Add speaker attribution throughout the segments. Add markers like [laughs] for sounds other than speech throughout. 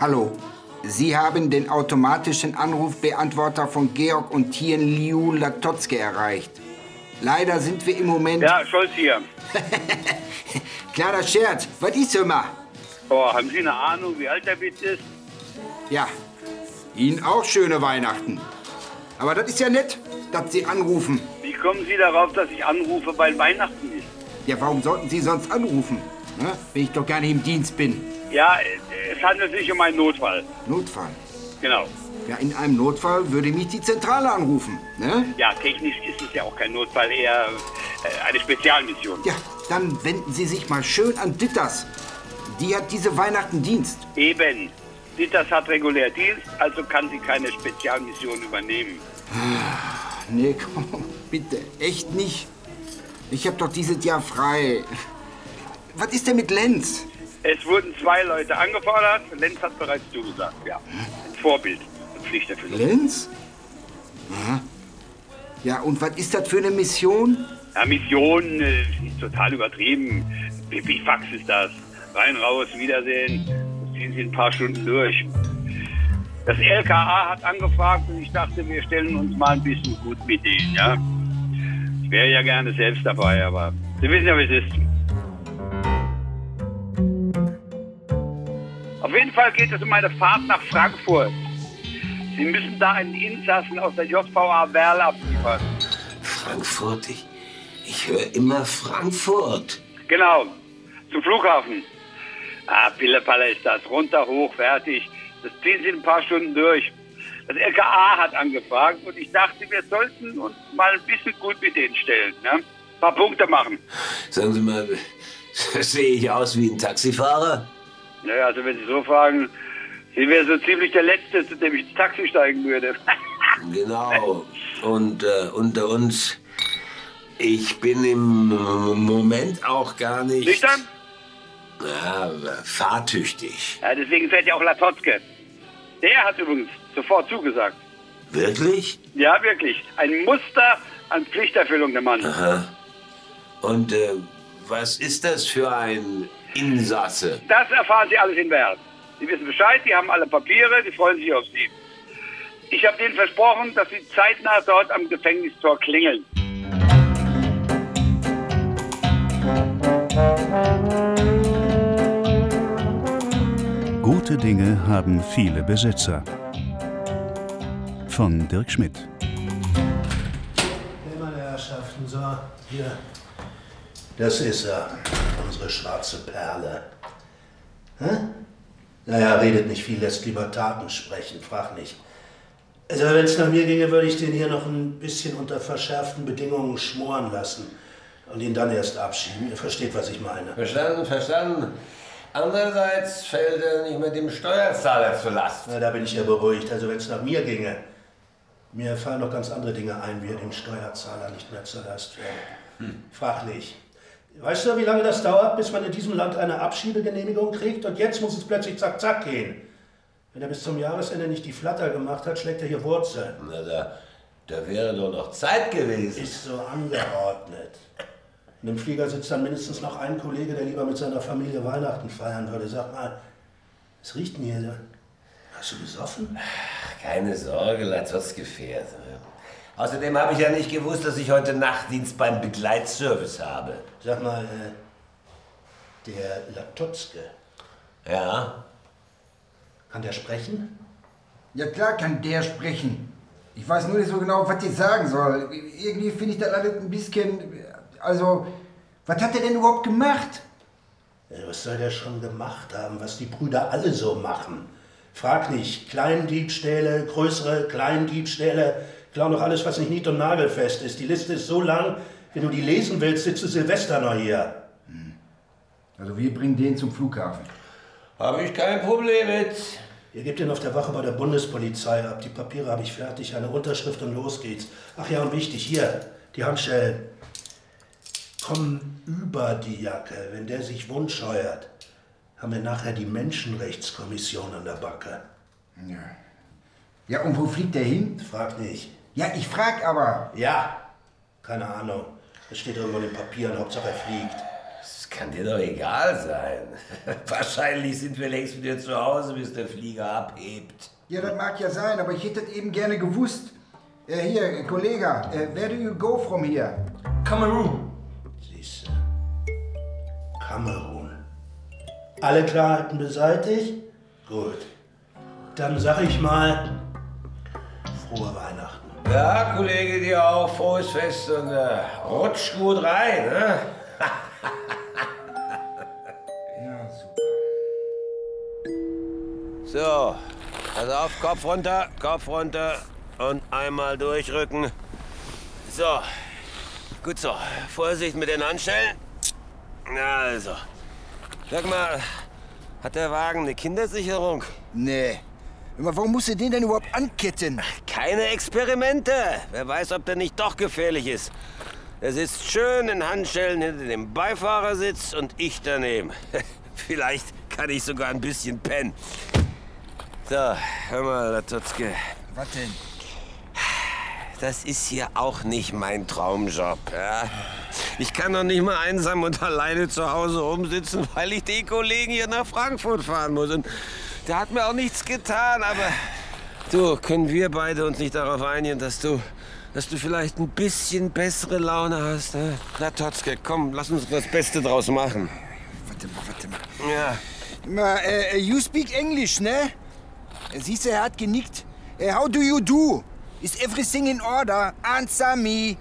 Speaker 1: Hallo, Sie haben den automatischen Anrufbeantworter von Georg und Tien Liu Latotzke erreicht. Leider sind wir im Moment...
Speaker 2: Ja, Scholz hier.
Speaker 1: [laughs] Kleiner Scherz, was ist immer?
Speaker 2: Oh, haben Sie eine Ahnung, wie alt der Witz ist?
Speaker 1: Ja, Ihnen auch schöne Weihnachten. Aber das ist ja nett, dass Sie anrufen.
Speaker 2: Wie kommen Sie darauf, dass ich anrufe, weil Weihnachten ist?
Speaker 1: Ja, warum sollten Sie sonst anrufen, ne? wenn ich doch gar nicht im Dienst bin?
Speaker 2: Ja, äh, es handelt sich um einen Notfall.
Speaker 1: Notfall.
Speaker 2: Genau.
Speaker 1: Ja, in einem Notfall würde mich die Zentrale anrufen. Ne?
Speaker 2: Ja, technisch ist es ja auch kein Notfall, eher äh, eine Spezialmission.
Speaker 1: Ja, dann wenden Sie sich mal schön an Ditters. Die hat diese Weihnachten Dienst.
Speaker 2: Eben. Ditas hat regulär Dienst, also kann sie keine Spezialmission übernehmen.
Speaker 1: Nee, komm, bitte, echt nicht. Ich hab doch dieses Jahr frei. Was ist denn mit Lenz?
Speaker 2: Es wurden zwei Leute angefordert. Lenz hat bereits zugesagt, ja. Ein Vorbild. Eine Pflichterfüllung.
Speaker 1: Lenz? Ja, und was ist das für eine Mission?
Speaker 2: Ja, Mission äh, ist total übertrieben. Pipifax ist das. Rein, raus, Wiedersehen. Das ziehen Sie in ein paar Stunden durch. Das LKA hat angefragt und ich dachte, wir stellen uns mal ein bisschen gut mit denen, ja. Ich wäre ja gerne selbst dabei, aber Sie wissen ja, wie es ist. Auf jeden Fall geht es um eine Fahrt nach Frankfurt. Sie müssen da einen Insassen aus der JVA Werl abliefern.
Speaker 3: Frankfurt, ich, ich höre immer Frankfurt.
Speaker 2: Genau, zum Flughafen. Ah, Pillepalle ist das. Runter, hoch, fertig. Das ziehen sie in ein paar Stunden durch. Das LKA hat angefragt und ich dachte, wir sollten uns mal ein bisschen gut mit denen stellen. Ne? Ein paar Punkte machen.
Speaker 3: Sagen Sie mal, [laughs] sehe ich aus wie ein Taxifahrer?
Speaker 2: Naja, also wenn Sie so fragen, Sie wäre so ziemlich der Letzte, zu dem ich ins Taxi steigen würde. [laughs]
Speaker 3: Genau. Und äh, unter uns, ich bin im Moment auch gar nicht.
Speaker 2: Nüchtern?
Speaker 3: Ja, fahrtüchtig.
Speaker 2: Ja, deswegen fährt ja auch Latotzke. Der hat übrigens sofort zugesagt.
Speaker 3: Wirklich?
Speaker 2: Ja, wirklich. Ein Muster an Pflichterfüllung der Mann.
Speaker 3: Aha. Und äh, was ist das für ein Insasse?
Speaker 2: Das erfahren Sie alles in Werl. Sie wissen Bescheid, Sie haben alle Papiere, Sie freuen sich auf Sie. Ich habe denen versprochen, dass Sie zeitnah dort am Gefängnistor klingeln.
Speaker 4: Gute Dinge haben viele Besitzer. Von Dirk Schmidt.
Speaker 5: Hey, meine Herrschaften, so, hier. Das ist er, unsere schwarze Perle. Hä? Naja, redet nicht viel, lässt lieber Taten sprechen, frag nicht. Also, wenn es nach mir ginge, würde ich den hier noch ein bisschen unter verschärften Bedingungen schmoren lassen und ihn dann erst abschieben. Ihr versteht, was ich meine.
Speaker 3: Verstanden, verstanden. Andererseits fällt er nicht mehr dem Steuerzahler zur Last.
Speaker 5: Na, da bin ich ja beruhigt. Also, wenn es nach mir ginge, mir fallen noch ganz andere Dinge ein, wie er dem Steuerzahler nicht mehr zur Last fällt. Frag nicht. Weißt du, wie lange das dauert, bis man in diesem Land eine Abschiebegenehmigung kriegt? Und jetzt muss es plötzlich zack, zack gehen. Wenn er bis zum Jahresende nicht die Flatter gemacht hat, schlägt er hier Wurzeln.
Speaker 3: Na, da, da wäre doch noch Zeit gewesen.
Speaker 5: Ist so angeordnet. Und im Flieger sitzt dann mindestens noch ein Kollege, der lieber mit seiner Familie Weihnachten feiern würde. Sag mal, was riecht denn hier? Hast du besoffen?
Speaker 3: Ach, keine Sorge, Latos Gefährt. Außerdem habe ich ja nicht gewusst, dass ich heute Nachtdienst beim Begleitservice habe.
Speaker 5: Sag mal, äh, der Latotzke,
Speaker 3: Ja?
Speaker 5: kann der sprechen?
Speaker 1: Ja klar kann der sprechen. Ich weiß nur nicht so genau, was ich sagen soll. Irgendwie finde ich das alles ein bisschen... Also, was hat er denn überhaupt gemacht?
Speaker 5: Äh, Was soll der schon gemacht haben, was die Brüder alle so machen? Frag nicht, Kleindiebstähle, größere Kleindiebstähle, klar noch alles, was nicht nied- und nagelfest ist. Die Liste ist so lang, wenn du die lesen willst, sitzt du Silvester noch hier.
Speaker 1: Also, wir bringen den zum Flughafen.
Speaker 3: Habe ich kein Problem mit.
Speaker 5: Ihr gebt ihn auf der Wache bei der Bundespolizei ab. Die Papiere habe ich fertig, eine Unterschrift und los geht's. Ach ja, und wichtig, hier, die Handschellen. Kommen über die Jacke, wenn der sich wundscheuert. Haben wir nachher die Menschenrechtskommission an der Backe.
Speaker 1: Ja, und wo fliegt der hin?
Speaker 5: Frag nicht.
Speaker 1: Ja, ich frag aber.
Speaker 5: Ja, keine Ahnung. Es steht irgendwo in den Papieren, Hauptsache er fliegt.
Speaker 3: Das kann dir doch egal sein. [laughs] Wahrscheinlich sind wir längst wieder zu Hause, bis der Flieger abhebt.
Speaker 1: Ja, das mag ja sein, aber ich hätte es eben gerne gewusst. Äh, hier, Kollege, äh, where do you go from here?
Speaker 6: Kamerun.
Speaker 5: Siehste. Kamerun. Alle Klarheiten beseitigt? Gut. Dann sag ich mal, frohe Weihnachten.
Speaker 3: Ja, Kollege, dir auch frohes Fest und äh, rutsch gut rein. Ne?
Speaker 1: [laughs] Ja, super.
Speaker 3: So, pass auf, Kopf runter, Kopf runter und einmal durchrücken. So, gut so. Vorsicht mit den Handschellen. Na also, sag mal, hat der Wagen eine Kindersicherung?
Speaker 1: Nee. Aber warum musst du den denn überhaupt anketten?
Speaker 3: Keine Experimente. Wer weiß, ob der nicht doch gefährlich ist. Er sitzt schön in Handschellen hinter dem Beifahrersitz und ich daneben. [laughs] Vielleicht kann ich sogar ein bisschen pennen. So, hör mal, Latotzke.
Speaker 1: Was denn?
Speaker 3: Das ist hier auch nicht mein Traumjob. Ja? Ich kann doch nicht mal einsam und alleine zu Hause rumsitzen, weil ich den Kollegen hier nach Frankfurt fahren muss. Und der hat mir auch nichts getan, aber du, können wir beide uns nicht darauf einigen, dass du, dass du vielleicht ein bisschen bessere Laune hast? Ne? Na, Totzke, komm, lass uns das Beste draus machen.
Speaker 1: Warte mal, warte mal.
Speaker 3: Ja.
Speaker 1: Na, äh, you speak English, ne? Siehst du, er hat genickt. Äh, how do you do? Is everything in order? Answer me.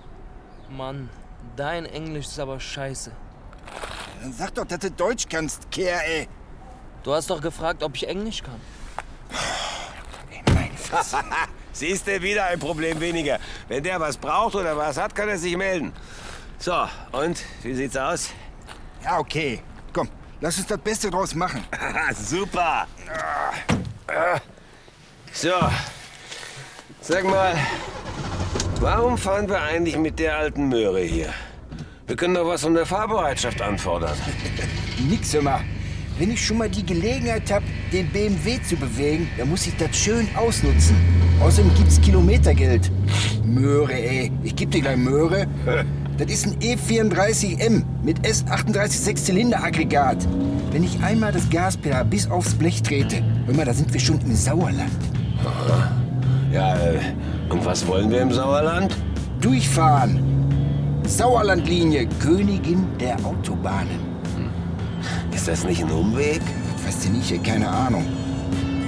Speaker 6: Mann, dein Englisch ist aber scheiße.
Speaker 1: Dann sag doch, dass du Deutsch kannst, Kerl, ey.
Speaker 6: Du hast doch gefragt, ob ich Englisch kann.
Speaker 3: Siehst du, wieder ein Problem weniger. Wenn der was braucht oder was hat, kann er sich melden. So, und wie sieht's aus?
Speaker 1: Ja, okay. Komm, lass uns das Beste draus machen.
Speaker 3: Ah, Super. So, sag mal, warum fahren wir eigentlich mit der alten Möhre hier? Wir können doch was von der Fahrbereitschaft anfordern.
Speaker 1: Nix immer. Wenn ich schon mal die Gelegenheit habe, den BMW zu bewegen, dann muss ich das schön ausnutzen. Außerdem gibt's Kilometergeld. Möhre, ey. Ich geb dir gleich Möhre. Das ist ein E34M mit S38 Sechszylinder-Aggregat. Wenn ich einmal das Gaspedal bis aufs Blech trete, hör mal, da sind wir schon im Sauerland.
Speaker 3: Ja, äh, und was wollen wir im Sauerland?
Speaker 1: Durchfahren. Sauerlandlinie, Königin der Autobahnen.
Speaker 3: Hm. Ist das nicht ein Umweg?
Speaker 1: Weißt du nicht, ey, keine Ahnung.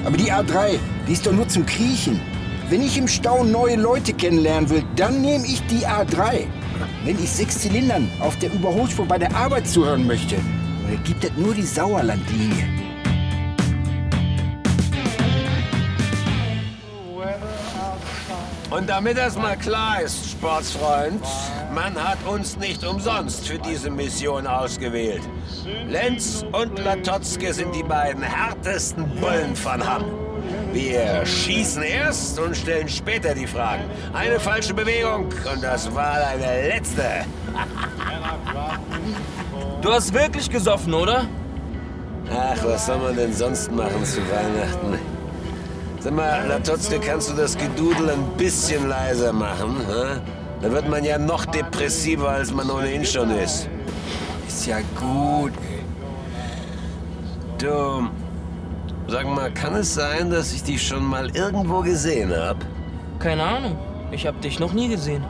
Speaker 1: Aber die A3, die ist doch nur zum Kriechen. Wenn ich im Stau neue Leute kennenlernen will, dann nehme ich die A3. Wenn ich sechs Zylindern auf der Überholspur bei der Arbeit zuhören möchte, dann gibt es nur die Sauerlandlinie.
Speaker 3: Und damit das mal klar ist, Sportsfreund, man hat uns nicht umsonst für diese Mission ausgewählt. Lenz und Latotzke sind die beiden härtesten Bullen von Hamm. Wir schießen erst und stellen später die Fragen. Eine falsche Bewegung und das war deine letzte.
Speaker 6: Du hast wirklich gesoffen, oder?
Speaker 3: Ach, was soll man denn sonst machen zu Weihnachten? Sag mal, Latotzke, kannst du das Gedudel ein bisschen leiser machen? Hä? Dann wird man ja noch depressiver, als man ohnehin schon ist.
Speaker 1: Ist ja gut.
Speaker 3: Du, sag mal, kann es sein, dass ich dich schon mal irgendwo gesehen hab?
Speaker 6: Keine Ahnung. Ich hab dich noch nie gesehen.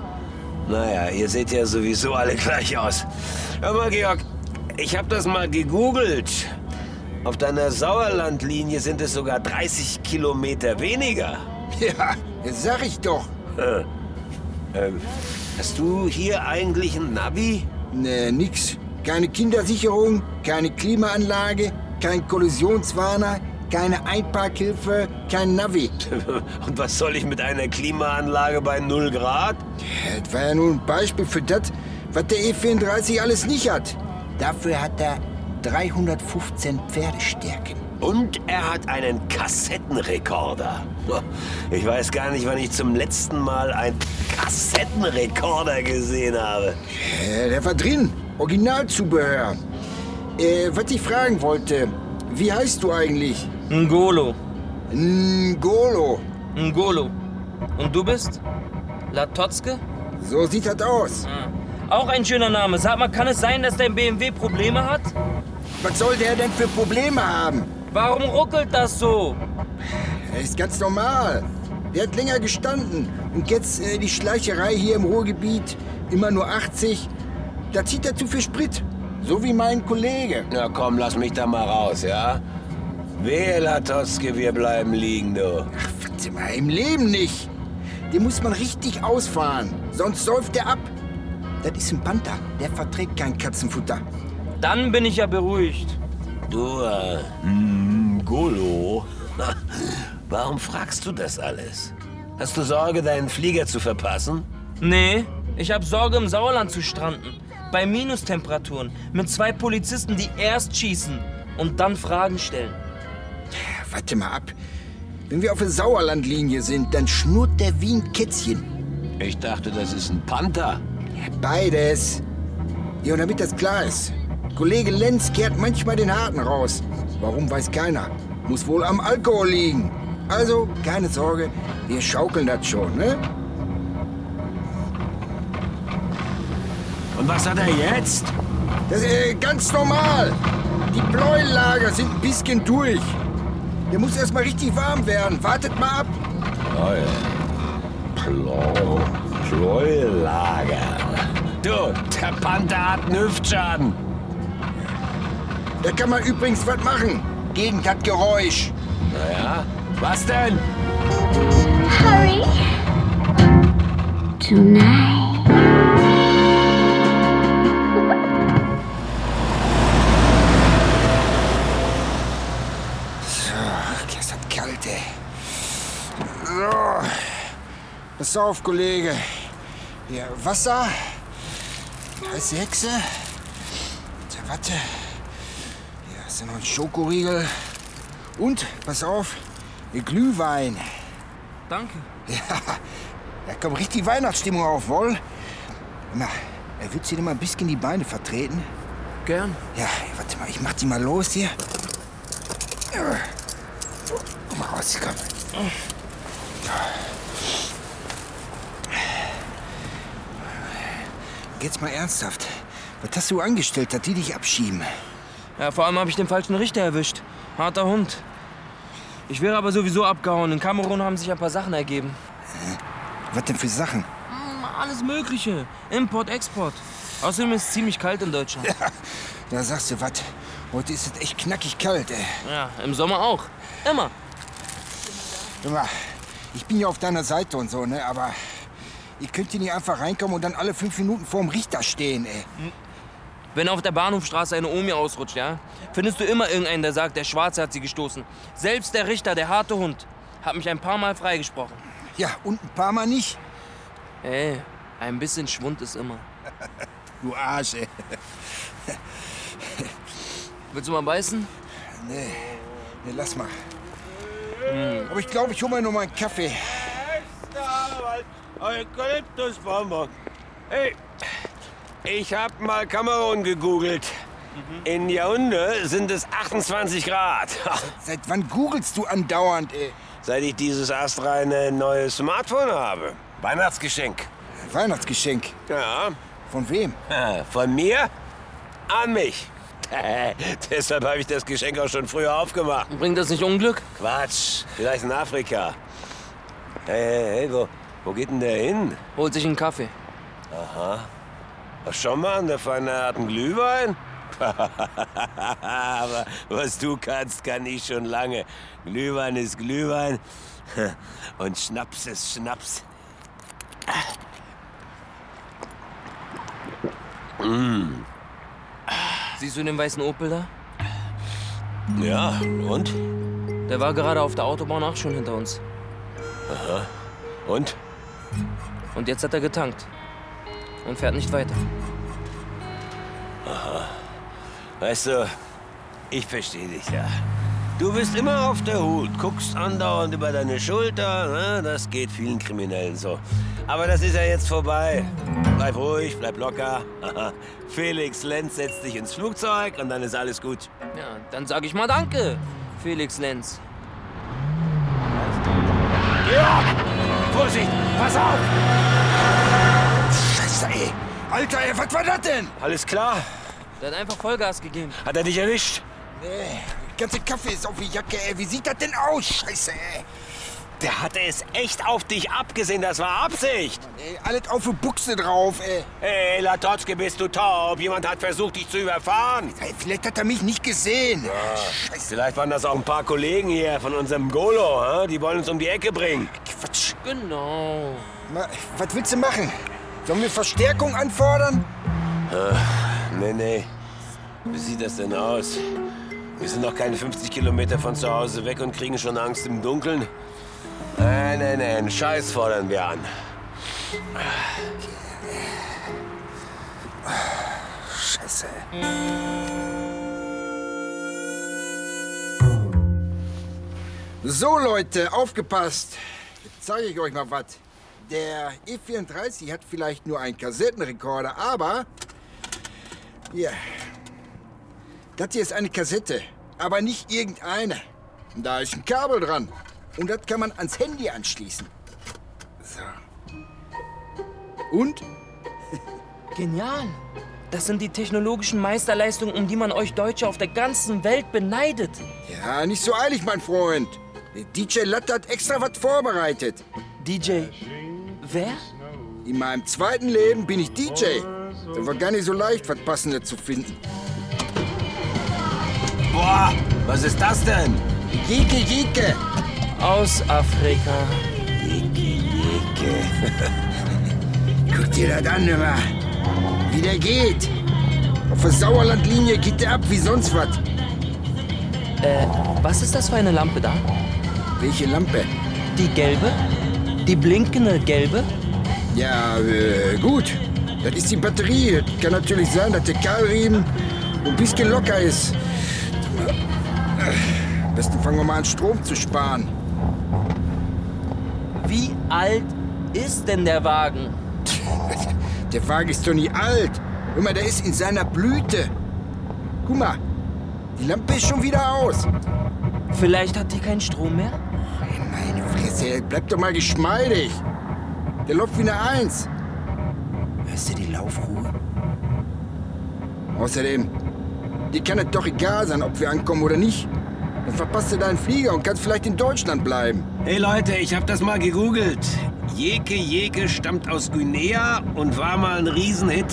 Speaker 3: Naja, ihr seht ja sowieso alle gleich aus. Hör mal, Georg, ich hab das mal gegoogelt. Auf deiner Sauerlandlinie sind es sogar 30 Kilometer weniger.
Speaker 1: Ja, das sag ich doch.
Speaker 3: Hast du hier eigentlich ein Navi? [laughs]
Speaker 1: Nee, Ne, nix. Keine Kindersicherung, keine Klimaanlage, kein Kollisionswarner, keine Einparkhilfe, kein Navi. [laughs]
Speaker 3: Und was soll ich mit einer Klimaanlage bei 0 Grad?
Speaker 1: Das war ja nur ein Beispiel für das, was der E34 alles nicht hat. Dafür hat er 315 Pferdestärken.
Speaker 3: Und er hat einen Kassettenrekorder. [laughs] Ich weiß gar nicht, wann ich zum letzten Mal einen Kassettenrekorder gesehen habe.
Speaker 1: Äh, der war drin. Originalzubehör. Äh, was ich fragen wollte, wie heißt du eigentlich?
Speaker 6: Ngolo.
Speaker 1: Ngolo.
Speaker 6: Ngolo. Und du bist? Latotzke?
Speaker 1: So sieht das aus.
Speaker 6: Ah. Auch ein schöner Name. Sag mal, kann es sein, dass dein BMW Probleme hat?
Speaker 1: Was soll der denn für Probleme haben?
Speaker 6: Warum ruckelt das so?
Speaker 1: Er ist ganz normal. Er hat länger gestanden. Und jetzt äh, die Schleicherei hier im Ruhrgebiet, immer nur 80. Da zieht er zu viel Sprit. So wie mein Kollege.
Speaker 3: Na komm, lass mich da mal raus, ja? Wählertotzke, wir bleiben liegen, du.
Speaker 1: Ach, warte mal, im Leben nicht. Den muss man richtig ausfahren. Sonst säuft er ab. Das ist ein Panther. Der verträgt kein Katzenfutter.
Speaker 6: Dann bin ich ja beruhigt.
Speaker 3: Du, äh, mm, Golo. [laughs] Warum fragst du das alles? Hast du Sorge, deinen Flieger zu verpassen?
Speaker 6: Nee, ich habe Sorge, im Sauerland zu stranden. Bei Minustemperaturen. Mit zwei Polizisten, die erst schießen und dann Fragen stellen.
Speaker 1: Warte mal ab. Wenn wir auf der Sauerlandlinie sind, dann schnurrt der wie ein Kätzchen.
Speaker 3: Ich dachte, das ist ein Panther.
Speaker 1: Beides. Ja, und damit das klar ist, Kollege Lenz kehrt manchmal den Harten raus. Warum weiß keiner. Muss wohl am Alkohol liegen. Also, keine Sorge, wir schaukeln das schon, ne?
Speaker 3: Und was hat er jetzt?
Speaker 1: Das ist äh, ganz normal. Die Bläulager sind ein bisschen durch. Der muss erstmal richtig warm werden. Wartet mal ab.
Speaker 3: Plo, Plolager. Du, der Panther hat einen Hüftschaden.
Speaker 1: Da kann man übrigens was machen. Gegen das Geräusch.
Speaker 3: Naja, was denn?
Speaker 7: Hurry. Tonight.
Speaker 1: Ach, gestern kalt, ey. So. Pass auf, Kollege. Hier, Wasser. Heiße Hexe. Der Watte. Hier ist ja noch ein Schokoriegel. Und, pass auf, ihr Glühwein. [laughs]
Speaker 6: Danke.
Speaker 1: Ja, da kommt richtig Weihnachtsstimmung auf, wohl? Na, er wird dir mal ein bisschen die Beine vertreten.
Speaker 6: Gern.
Speaker 1: Ja, warte mal, ich mach die mal los hier. Komm mal raus, komm. Jetzt mal ernsthaft. Was hast du angestellt, dass die dich abschieben?
Speaker 6: Ja, vor allem habe ich den falschen Richter erwischt. Harter Hund. Ich wäre aber sowieso abgehauen. In Kamerun haben sich ein paar Sachen ergeben.
Speaker 1: Was denn für Sachen?
Speaker 6: Hm, Alles Mögliche. Import, Export. Außerdem ist es ziemlich kalt in Deutschland.
Speaker 1: Da sagst du was. Heute ist es echt knackig kalt, ey.
Speaker 6: Ja, im Sommer auch. Immer.
Speaker 1: Hör mal, ich bin ja auf deiner Seite und so, ne? Aber ihr könnt hier nicht einfach reinkommen und dann alle fünf Minuten vorm Richter stehen, ey.
Speaker 6: Wenn auf der Bahnhofstraße eine Omi ausrutscht, ja, findest du immer irgendeinen, der sagt, der Schwarze hat sie gestoßen. Selbst der Richter, der harte Hund, hat mich ein paar Mal freigesprochen.
Speaker 1: Ja, und ein paar Mal nicht.
Speaker 6: Ey, ein bisschen Schwund ist immer.
Speaker 1: Du Arsch, ey.
Speaker 6: Willst du mal beißen?
Speaker 1: Nee, nee lass mal. Hm, Aber ich glaube, ich hole mir noch mal einen Kaffee.
Speaker 3: Eukalyptusbonbon. Hey, ich hab mal Kamerun gegoogelt. In Yaounde sind es 28 Grad.
Speaker 1: Seit wann googelst du andauernd, äh, ey?
Speaker 3: Seit ich dieses astreine neue Smartphone habe. Weihnachtsgeschenk.
Speaker 1: Weihnachtsgeschenk.
Speaker 3: Ja.
Speaker 1: Von wem?
Speaker 3: Ah, Von mir an mich. Äh, [laughs] Deshalb habe ich das Geschenk auch schon früher aufgemacht.
Speaker 6: Bringt das nicht Unglück?
Speaker 3: Quatsch, vielleicht in Afrika. Hey, hey, hey, wo, wo geht denn der hin?
Speaker 6: Holt sich einen Kaffee.
Speaker 3: Ach, Schau mal, der feine hat einen Glühwein. [laughs] Aber was du kannst, kann ich schon lange. Glühwein ist Glühwein [laughs] und Schnaps ist Schnaps.
Speaker 6: Siehst du den weißen Opel da?
Speaker 3: Ja, und?
Speaker 6: Der war gerade auf der Autobahn auch schon hinter uns.
Speaker 3: Und?
Speaker 6: Und jetzt hat er getankt. Und fährt nicht weiter.
Speaker 3: Weißt du, ich verstehe dich ja. Du bist immer auf der Hut, guckst andauernd über deine Schulter. Ne? Das geht vielen Kriminellen so. Aber das ist ja jetzt vorbei. Bleib ruhig, bleib locker. [laughs] Felix Lenz setzt dich ins Flugzeug und dann ist alles gut.
Speaker 6: Ja, dann sag ich mal Danke, Felix Lenz.
Speaker 3: Georg! Vorsicht! Pass auf!
Speaker 1: Scheiße, ey. Alter, ey, was war das denn?
Speaker 3: Alles klar?
Speaker 6: Der hat einfach Vollgas gegeben.
Speaker 3: Hat er dich erwischt?
Speaker 1: Nee, ganze Kaffee ist auf die Jacke, ey. Wie sieht das denn aus? Scheiße, ey.
Speaker 3: Der hatte es echt auf dich abgesehen, das war Absicht.
Speaker 1: ey alles auf die Buchse drauf, ey.
Speaker 3: Ey, Latotzke, bist du taub? Jemand hat versucht, dich zu überfahren.
Speaker 1: ey. Vielleicht hat er mich nicht gesehen. Scheiße,
Speaker 3: Vielleicht waren das auch ein paar Kollegen hier von unserem Golo, hä? die wollen uns um die Ecke bringen.
Speaker 1: Quatsch.
Speaker 6: Genau.
Speaker 1: Ma, was willst du machen? Sollen wir Verstärkung anfordern?
Speaker 3: Nee, nee. Wie sieht das denn aus? Wir sind noch keine 50 Kilometer von zu Hause weg und kriegen schon Angst im Dunkeln. Nein, nein, nein, Scheiß fordern wir an.
Speaker 1: Scheiße. So, Leute, aufgepasst. Jetzt zeige ich euch mal was. Der E34 hat vielleicht nur einen Kassettenrekorder, aber. Hier. Das hier ist eine Kassette, aber nicht irgendeine. Da ist ein Kabel dran. Und das kann man ans Handy anschließen. So. Und?
Speaker 6: Genial. Das sind die technologischen Meisterleistungen, um die man euch Deutsche auf der ganzen Welt beneidet.
Speaker 1: Ja, nicht so eilig, mein Freund. DJ Latte hat extra was vorbereitet.
Speaker 6: DJ. Wer?
Speaker 1: In meinem zweiten Leben bin ich DJ. Da war gar nicht so leicht, was Passendes zu finden.
Speaker 3: Boah, was ist das denn?
Speaker 1: Jike, jike.
Speaker 6: Aus Afrika.
Speaker 1: [laughs] Guck dir das an, hör mal. Wie der geht. Auf der Sauerlandlinie geht der ab wie sonst was.
Speaker 6: Was ist das für eine Lampe da?
Speaker 1: Welche Lampe?
Speaker 6: Die gelbe? Die blinkende gelbe?
Speaker 1: Ja, äh, gut. Das ist die Batterie. Das kann natürlich sein, dass der Keilriemen ein bisschen locker ist. Am besten fangen wir mal an, Strom zu sparen.
Speaker 6: Wie alt ist denn der Wagen?
Speaker 1: Der Wagen ist doch nie alt. Hör mal, der ist in seiner Blüte. Guck mal, die Lampe ist schon wieder aus.
Speaker 6: Vielleicht hat die keinen Strom mehr?
Speaker 1: Meine Fresse, bleib doch mal geschmeidig. Der läuft wie eine Eins. Hörst du die Laufruhe? Außerdem, dir kann es doch egal sein, ob wir ankommen oder nicht. Dann verpasst du deinen Flieger und kannst vielleicht in Deutschland bleiben.
Speaker 3: Hey Leute, ich hab das mal gegoogelt. Jeke Jeke stammt aus Guinea und war mal ein Riesenhit.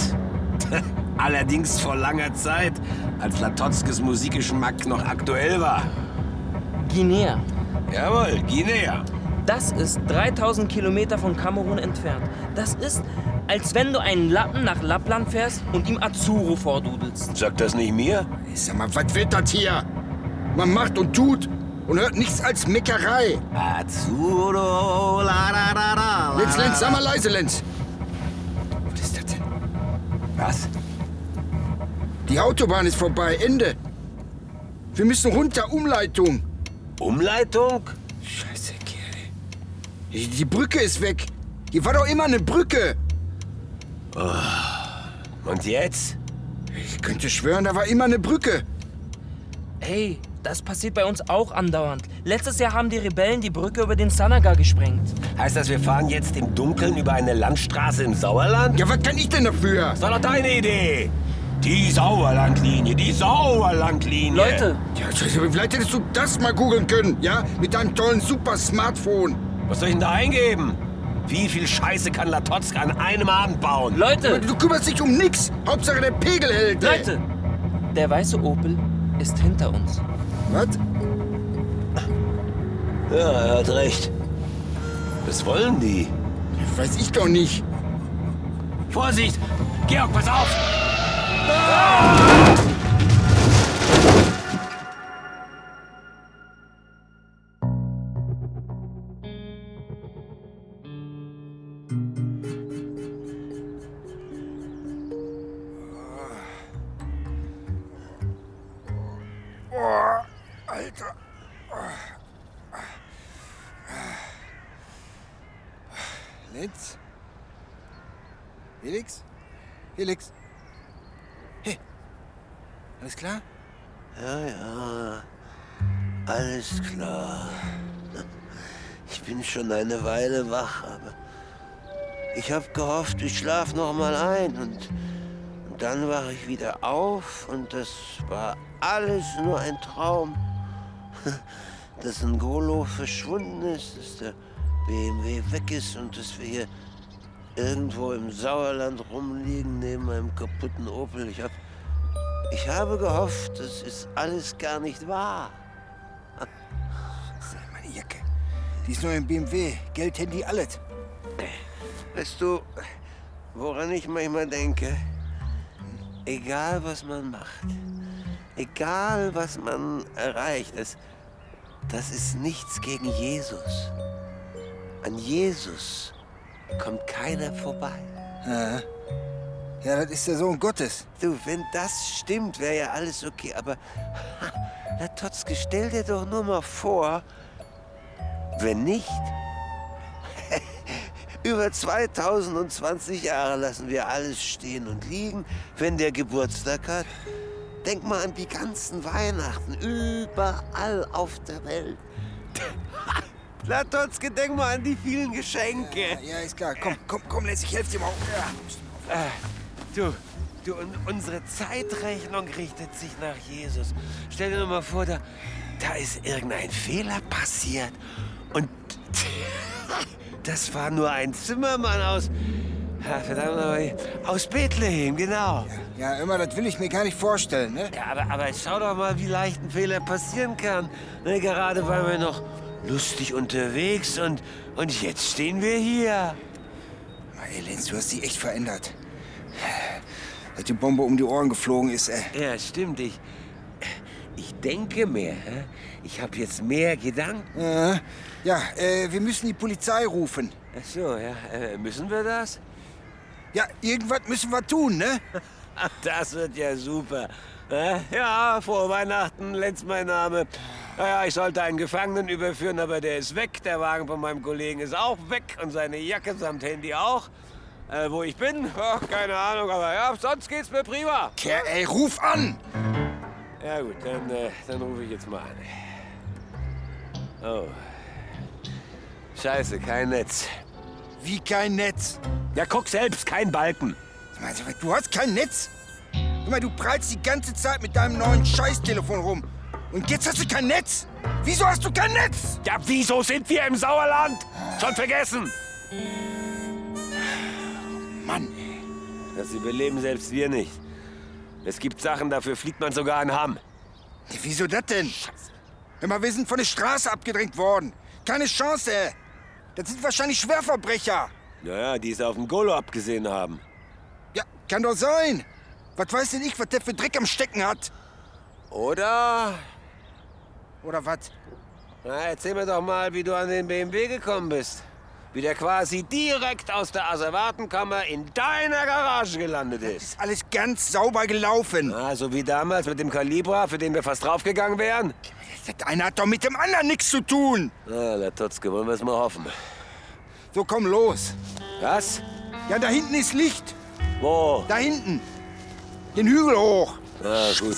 Speaker 3: [laughs] Allerdings vor langer Zeit, als Latotzkes Musikgeschmack noch aktuell war.
Speaker 6: Guinea.
Speaker 3: Jawohl, Guinea.
Speaker 6: Das ist 3000 Kilometer von Kamerun entfernt. Das ist, als wenn du einen Lappen nach Lappland fährst und ihm Azuro vordudelst.
Speaker 3: Sagt das nicht mir?
Speaker 1: Sag mal, was wird das hier? Man macht und tut und hört nichts als Meckerei.
Speaker 3: Azzurro, la la la la.
Speaker 1: Lenz, Lenz, sag mal leise, Lenz. Was ist das denn?
Speaker 3: Was?
Speaker 1: Die Autobahn ist vorbei, Ende. Wir müssen runter, Umleitung.
Speaker 3: Umleitung?
Speaker 1: Scheiße, Kerl. Die, die Brücke ist weg. Hier war doch immer eine Brücke.
Speaker 3: Und jetzt?
Speaker 1: Ich könnte schwören, da war immer eine Brücke.
Speaker 6: Hey, das passiert bei uns auch andauernd. Letztes Jahr haben die Rebellen die Brücke über den Sanaga gesprengt.
Speaker 3: Heißt das, wir fahren jetzt im Dunkeln über eine Landstraße im Sauerland?
Speaker 1: Ja, was kann ich denn dafür?
Speaker 3: Das war doch deine Idee. Die Sauerlandlinie, die Sauerlandlinie.
Speaker 6: Leute,
Speaker 1: Ja, Scheiße, vielleicht hättest du das mal googeln können, ja? Mit deinem tollen Super-Smartphone.
Speaker 3: Was soll ich denn da eingeben? Wie viel Scheiße kann Latotzka an einem Abend bauen?
Speaker 6: Leute,
Speaker 1: Du kümmerst dich um nix. Hauptsache der Pegel hält. ey.
Speaker 6: Leute! Der weiße Opel ist hinter uns.
Speaker 1: Was?
Speaker 3: ja, er hat recht. Was wollen die?
Speaker 1: Weiß ich doch nicht.
Speaker 3: Vorsicht! Georg, pass auf!
Speaker 1: Ah. Alter. Lenz? Felix? Felix? Hey, alles klar?
Speaker 8: Alles klar. Ich bin schon eine Weile wach, aber
Speaker 3: Ich hab gehofft, ich schlaf noch mal ein und, und dann wach ich wieder auf und das war alles nur ein Traum. [laughs] Dass ein Golo verschwunden ist, dass der BMW weg ist und dass wir hier irgendwo im Sauerland rumliegen neben einem kaputten Opel. Ich hab, ich habe gehofft, das ist alles gar nicht wahr.
Speaker 1: Meine Jacke. Die ist nur im BMW. Geld, Handy, alles.
Speaker 3: Weißt du, woran ich manchmal denke? Egal, was man macht, egal, was man erreicht, es, das ist nichts gegen Jesus. An Jesus kommt keiner vorbei.
Speaker 1: Ja, das ist der Sohn Gottes.
Speaker 3: Du, wenn das stimmt, wäre ja alles okay, aber ha, na Totzke, stell dir doch nur mal vor, wenn nicht. [laughs] Über 2020 Jahre lassen wir alles stehen und liegen, wenn der Geburtstag hat. Denk mal an die ganzen Weihnachten, überall auf der Welt. [laughs] Platotzke, denk mal an die vielen Geschenke.
Speaker 1: Ja, ist klar. Komm, komm, komm, Lenz, ich helf dir mal. Ja.
Speaker 3: Äh, Du, du, und unsere Zeitrechnung richtet sich nach Jesus. Stell dir nur mal vor, da, da ist irgendein Fehler passiert. Und [laughs] das war nur ein Zimmermann aus. Ja, verdammt, aber- aus Bethlehem, genau.
Speaker 1: Ja, immer, das will ich mir gar nicht vorstellen, ne?
Speaker 3: Ja, aber, aber schau doch mal, wie leicht ein Fehler passieren kann. Ne, gerade waren wir noch lustig unterwegs und, und jetzt stehen wir hier.
Speaker 1: Ey, Lenz, du hast dich echt verändert. Als die Bombe um die Ohren geflogen ist, ey.
Speaker 3: Ja, stimmt. Ich, ich denke mehr. hä? Ich habe jetzt mehr Gedanken.
Speaker 1: Äh, ja, äh, wir müssen die Polizei rufen.
Speaker 3: Ach so, ja. Äh, müssen wir das?
Speaker 1: Ja, irgendwas müssen wir tun, ne?
Speaker 3: Ach, das wird ja super. Hä? Ja, frohe Weihnachten, Lenz mein Name. Naja, ich sollte einen Gefangenen überführen, aber der ist weg. Der Wagen von meinem Kollegen ist auch weg und seine Jacke samt Handy auch. Äh, wo ich bin? Ach, keine Ahnung, aber ja, sonst geht's mir prima.
Speaker 1: Kerl, ey, ruf an!
Speaker 3: Ja gut, dann, äh, dann rufe ich jetzt mal an. Oh. Scheiße, kein Netz.
Speaker 1: Wie kein Netz.
Speaker 9: Ja, guck selbst, kein Balken.
Speaker 1: Sag mal, sag mal, Also, Du hast kein Netz? Sag mal, du prallst die ganze Zeit mit deinem neuen Scheißtelefon rum. Und jetzt hast du kein Netz? Wieso hast du kein Netz?
Speaker 9: Ja, wieso sind wir im Sauerland? Schon vergessen.
Speaker 1: Mann, ey.
Speaker 9: Das überleben selbst wir nicht. Es gibt Sachen, dafür fliegt man sogar in Hamm.
Speaker 1: wieso das denn? Immer, wir sind von der Straße abgedrängt worden. Keine Chance, ey. Das sind wahrscheinlich Schwerverbrecher.
Speaker 9: Naja, die es auf dem Golo abgesehen haben.
Speaker 1: Ja, kann doch sein. Was weiß denn ich, was der für Dreck am Stecken hat?
Speaker 9: Oder?
Speaker 1: Oder was?
Speaker 9: Na, erzähl mir doch mal, wie du an den BMW gekommen bist. Wie der quasi direkt aus der Asservatenkammer in deiner Garage gelandet ist.
Speaker 1: Ist alles ganz sauber gelaufen.
Speaker 9: Ah, so wie damals mit dem Kalibra, für den wir fast draufgegangen wären.
Speaker 1: Das eine hat doch mit dem anderen nichts zu tun.
Speaker 9: Na, Latotzke, wollen wir es mal hoffen.
Speaker 1: So, komm los.
Speaker 9: Was?
Speaker 1: Ja, da hinten ist Licht.
Speaker 9: Wo?
Speaker 1: Da hinten. Den Hügel hoch.
Speaker 9: Na gut.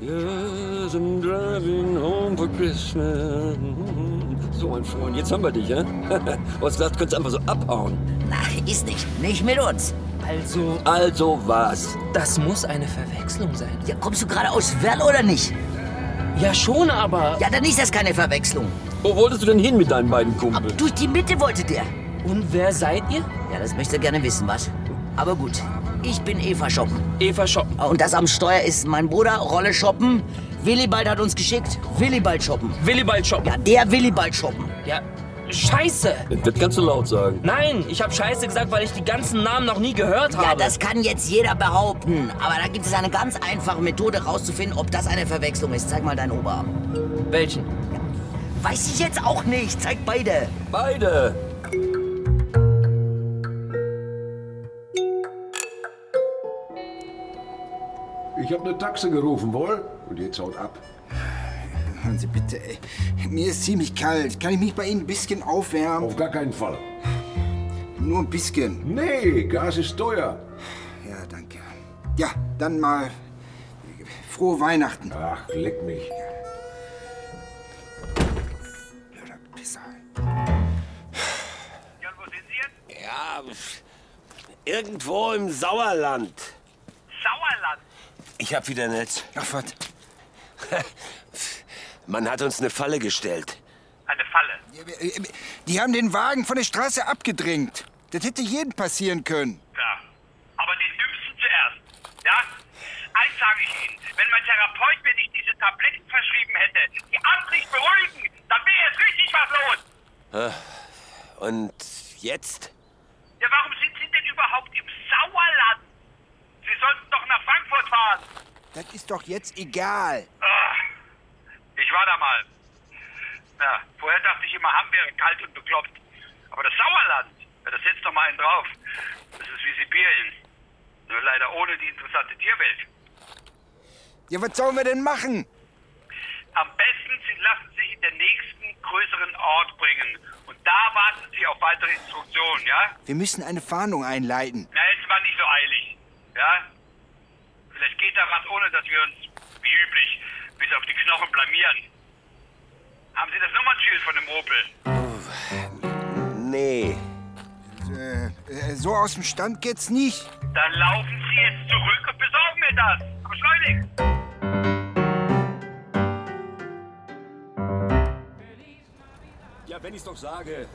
Speaker 10: Yes, I'm driving home for Christmas. So ein Freund, jetzt haben wir dich, ja? [laughs] Was gesagt, könntest einfach so abhauen.
Speaker 11: Ach, ist nicht. Nicht mit uns.
Speaker 6: Also,
Speaker 10: Also was?
Speaker 6: das muss eine Verwechslung sein.
Speaker 11: Ja, kommst du gerade aus Werl oder nicht?
Speaker 6: Ja, schon, aber.
Speaker 11: Ja, dann ist das keine Verwechslung.
Speaker 10: Wo wolltest du denn hin mit deinen beiden
Speaker 11: Aber
Speaker 10: Kumpels?
Speaker 11: durch die Mitte wollte der.
Speaker 6: Und wer seid ihr?
Speaker 11: Ja, das möchte er gerne wissen, was? Aber gut, ich bin Eva Schoppen.
Speaker 6: Eva Schoppen.
Speaker 11: Und das am Steuer ist mein Bruder, Rolle Schoppen. Willibald hat uns geschickt. Willibald Schoppen.
Speaker 6: Willibald Schoppen.
Speaker 11: Ja, der Willibald Schoppen.
Speaker 6: Ja. Scheiße!
Speaker 10: Das kannst du laut sagen.
Speaker 6: Nein, ich habe Scheiße gesagt, weil ich die ganzen Namen noch nie gehört habe.
Speaker 11: Ja, das kann jetzt jeder behaupten. Aber da gibt es eine ganz einfache Methode rauszufinden, ob das eine Verwechslung ist. Zeig mal deinen Oberarm.
Speaker 6: Welchen?
Speaker 11: Weiß ich jetzt auch nicht. Zeig beide.
Speaker 10: Beide.
Speaker 12: Ich habe eine Taxe gerufen, wohl? Und jetzt haut ab.
Speaker 1: Hören Sie bitte, ey. Mir ist ziemlich kalt. Kann ich mich bei Ihnen ein bisschen aufwärmen?
Speaker 12: Auf gar keinen Fall.
Speaker 1: Nur ein bisschen.
Speaker 12: Nee, Gas ist teuer.
Speaker 1: Ja, danke. Ja, dann mal frohe Weihnachten.
Speaker 12: Ach, leck mich.
Speaker 3: pff, irgendwo im Sauerland.
Speaker 2: Sauerland.
Speaker 3: Ich hab wieder Netz. Ach, was? Man hat uns eine Falle gestellt.
Speaker 2: Eine Falle.
Speaker 1: Die haben den Wagen von der Straße abgedrängt. Das hätte jeden passieren können.
Speaker 2: Ja. Aber den dümmsten zuerst. Ja? Eins sage ich Ihnen. Wenn mein Therapeut mir nicht diese Tabletten verschrieben hätte, die amtlich beruhigen, dann wäre jetzt richtig was los.
Speaker 3: Und jetzt?
Speaker 2: Ja, warum sind Sie denn überhaupt im Sauerland? Sie sollten doch nach Frankfurt fahren.
Speaker 1: Das ist doch jetzt egal.
Speaker 2: Ah, Ich war da mal. Ja, vorher dachte ich immer, Hamm wäre kalt und bekloppt. Aber das Sauerland, ja, das setzt noch mal einen drauf. Das ist wie Sibirien. Nur leider ohne die interessante Tierwelt.
Speaker 1: Ja, was sollen wir denn machen?
Speaker 2: Am besten, Sie lassen sich in den nächsten größeren Ort bringen. Und da warten Sie auf weitere Instruktionen, ja?
Speaker 1: Wir müssen eine Fahndung einleiten.
Speaker 2: Na, jetzt mal nicht so eilig, ja? Vielleicht geht da was, ohne dass wir uns, wie üblich, bis auf die Knochen blamieren. Haben Sie das Nummernschild von dem Opel?
Speaker 3: Nee.
Speaker 1: Äh, äh, so aus dem Stand geht's nicht.
Speaker 2: Dann laufen Sie jetzt zurück und besorgen mir das. Aber schleunig.
Speaker 10: Ja, wenn ich's doch sage.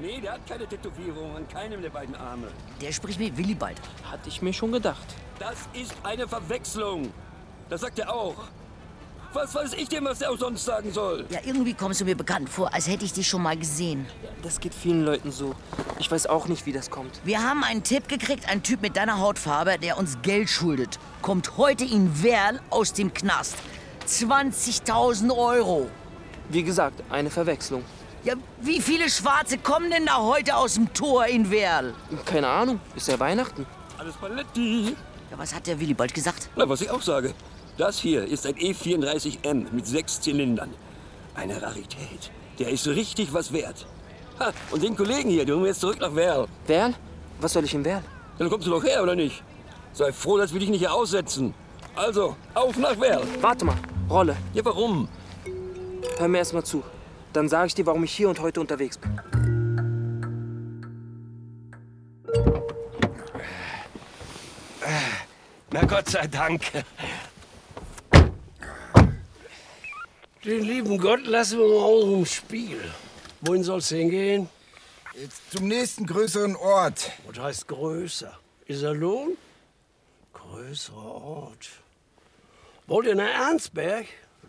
Speaker 10: Nee, der hat keine Tätowierung an keinem der beiden Arme.
Speaker 11: Der spricht mit Willibald.
Speaker 6: Hatte ich mir schon gedacht.
Speaker 10: Das ist eine Verwechslung. Das sagt er auch. Was weiß ich denn, was er auch sonst sagen soll?
Speaker 11: Ja, irgendwie kommst du mir bekannt vor, als hätte ich dich schon mal gesehen.
Speaker 6: Das geht vielen Leuten so. Ich weiß auch nicht, wie das kommt.
Speaker 11: Wir haben einen Tipp gekriegt, ein Typ mit deiner Hautfarbe, der uns Geld schuldet. Kommt heute in Werl aus dem Knast. 20.000 Euro.
Speaker 6: Wie gesagt, eine Verwechslung.
Speaker 11: Ja, wie viele Schwarze kommen denn da heute aus dem Tor in Werl?
Speaker 6: Keine Ahnung, ist ja Weihnachten.
Speaker 10: Alles Paletti.
Speaker 11: Ja, was hat der Willibald gesagt?
Speaker 10: Na, was ich auch sage. Das hier ist ein E34M mit sechs Zylindern. Eine Rarität. Der ist richtig was wert. Ha, und den Kollegen hier, den holen wir jetzt zurück nach Werl.
Speaker 6: Werl? Was soll ich in Werl?
Speaker 10: Dann kommst du doch her, oder nicht? Sei froh, dass wir dich nicht hier aussetzen. Also, auf nach Werl.
Speaker 6: Warte mal, Rolle,
Speaker 10: Ja, warum?
Speaker 6: hör mir erst mal zu. Dann sage ich dir, warum ich hier und heute unterwegs bin.
Speaker 3: Na Gott sei Dank.
Speaker 13: Den lieben Gott lassen wir mal aus dem Spiel. Wohin soll's hingehen?
Speaker 1: Jetzt zum nächsten größeren Ort.
Speaker 13: Was heißt größer? Ist er Lohn? Größerer Ort. Wollt ihr nach Ernstberg?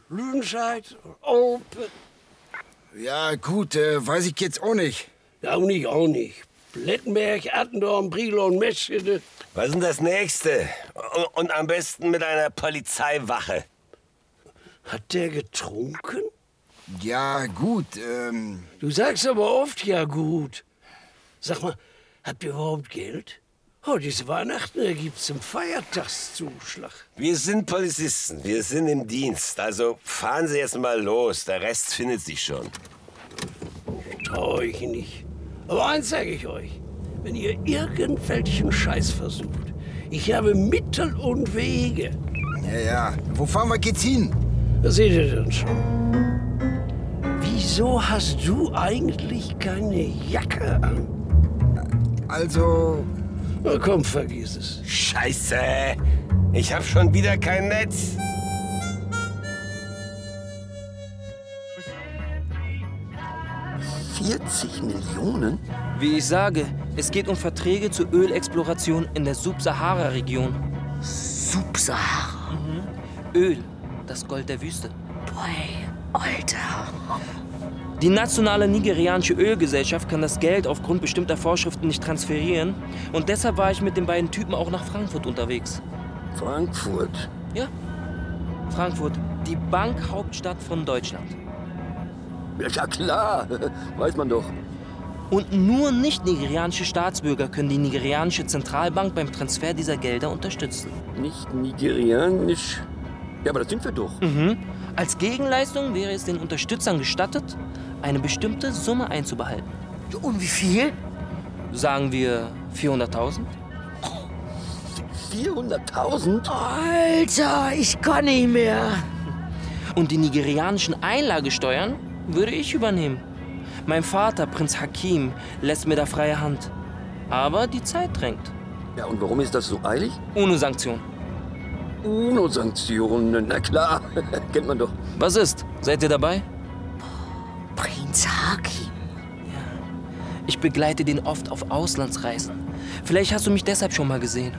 Speaker 13: Lüdenscheid? Olpe?
Speaker 1: Ja, gut, äh, weiß ich jetzt auch nicht.
Speaker 13: Ja, auch nicht, auch nicht. Plettenberg, Attendorn, Brilo und Meschede.
Speaker 3: Was ist denn das Nächste? Und- Und am besten mit einer Polizeiwache.
Speaker 13: Hat der getrunken?
Speaker 1: Ja, gut, ähm,
Speaker 13: Du sagst aber oft ja gut. Sag mal, habt ihr überhaupt Geld? Oh, diese Weihnachten, da gibt's einen Feiertagszuschlag.
Speaker 3: Wir sind Polizisten, wir sind im Dienst. Also fahren Sie jetzt mal los, der Rest findet sich schon.
Speaker 13: Trau ich nicht. Aber eins sage ich euch. Wenn ihr irgendwelchen Scheiß versucht, ich habe Mittel und Wege.
Speaker 1: ja, ja. Wo fahren wir jetzt hin?
Speaker 13: Das seht ihr dann schon. Wieso hast du eigentlich keine Jacke an?
Speaker 1: Also,
Speaker 13: Na komm, vergiss es.
Speaker 3: Scheiße, ich hab schon wieder kein Netz.
Speaker 6: Wie ich sage, es geht um Verträge zur Ölexploration in der Subsahara-Region. Mhm.
Speaker 11: Subsahara.
Speaker 6: Öl, das Gold der Wüste.
Speaker 11: Boy, Alter.
Speaker 6: Die nationale nigerianische Ölgesellschaft kann das Geld aufgrund bestimmter Vorschriften nicht transferieren und deshalb war ich mit den beiden Typen auch nach Frankfurt unterwegs.
Speaker 13: Frankfurt.
Speaker 6: Ja? Frankfurt, die Bankhauptstadt von Deutschland.
Speaker 10: Ja, klar. Weiß man doch.
Speaker 6: Und nur nicht nigerianische Staatsbürger können die nigerianische Zentralbank beim Transfer dieser Gelder unterstützen.
Speaker 10: Nicht nigerianisch. Ja, aber das sind wir doch.
Speaker 6: Mhm. Als Gegenleistung wäre es den Unterstützern gestattet, eine bestimmte Summe einzubehalten.
Speaker 11: Und wie viel?
Speaker 6: Sagen wir 400.000?
Speaker 10: 400.000?
Speaker 11: Alter, ich kann nicht mehr.
Speaker 6: Und die nigerianischen Einlagesteuern würde ich übernehmen. Mein Vater, Prinz Hakim, lässt mir da freie Hand. Aber die Zeit drängt.
Speaker 10: Ja, und warum ist das so eilig?
Speaker 6: Ohne Sanktion.
Speaker 10: UNO-Sanktionen, na klar, [laughs] kennt man doch.
Speaker 6: Was ist? Seid ihr dabei?
Speaker 11: Prinz Hakim.
Speaker 6: Ich begleite den oft auf Auslandsreisen. Vielleicht hast du mich deshalb schon mal gesehen.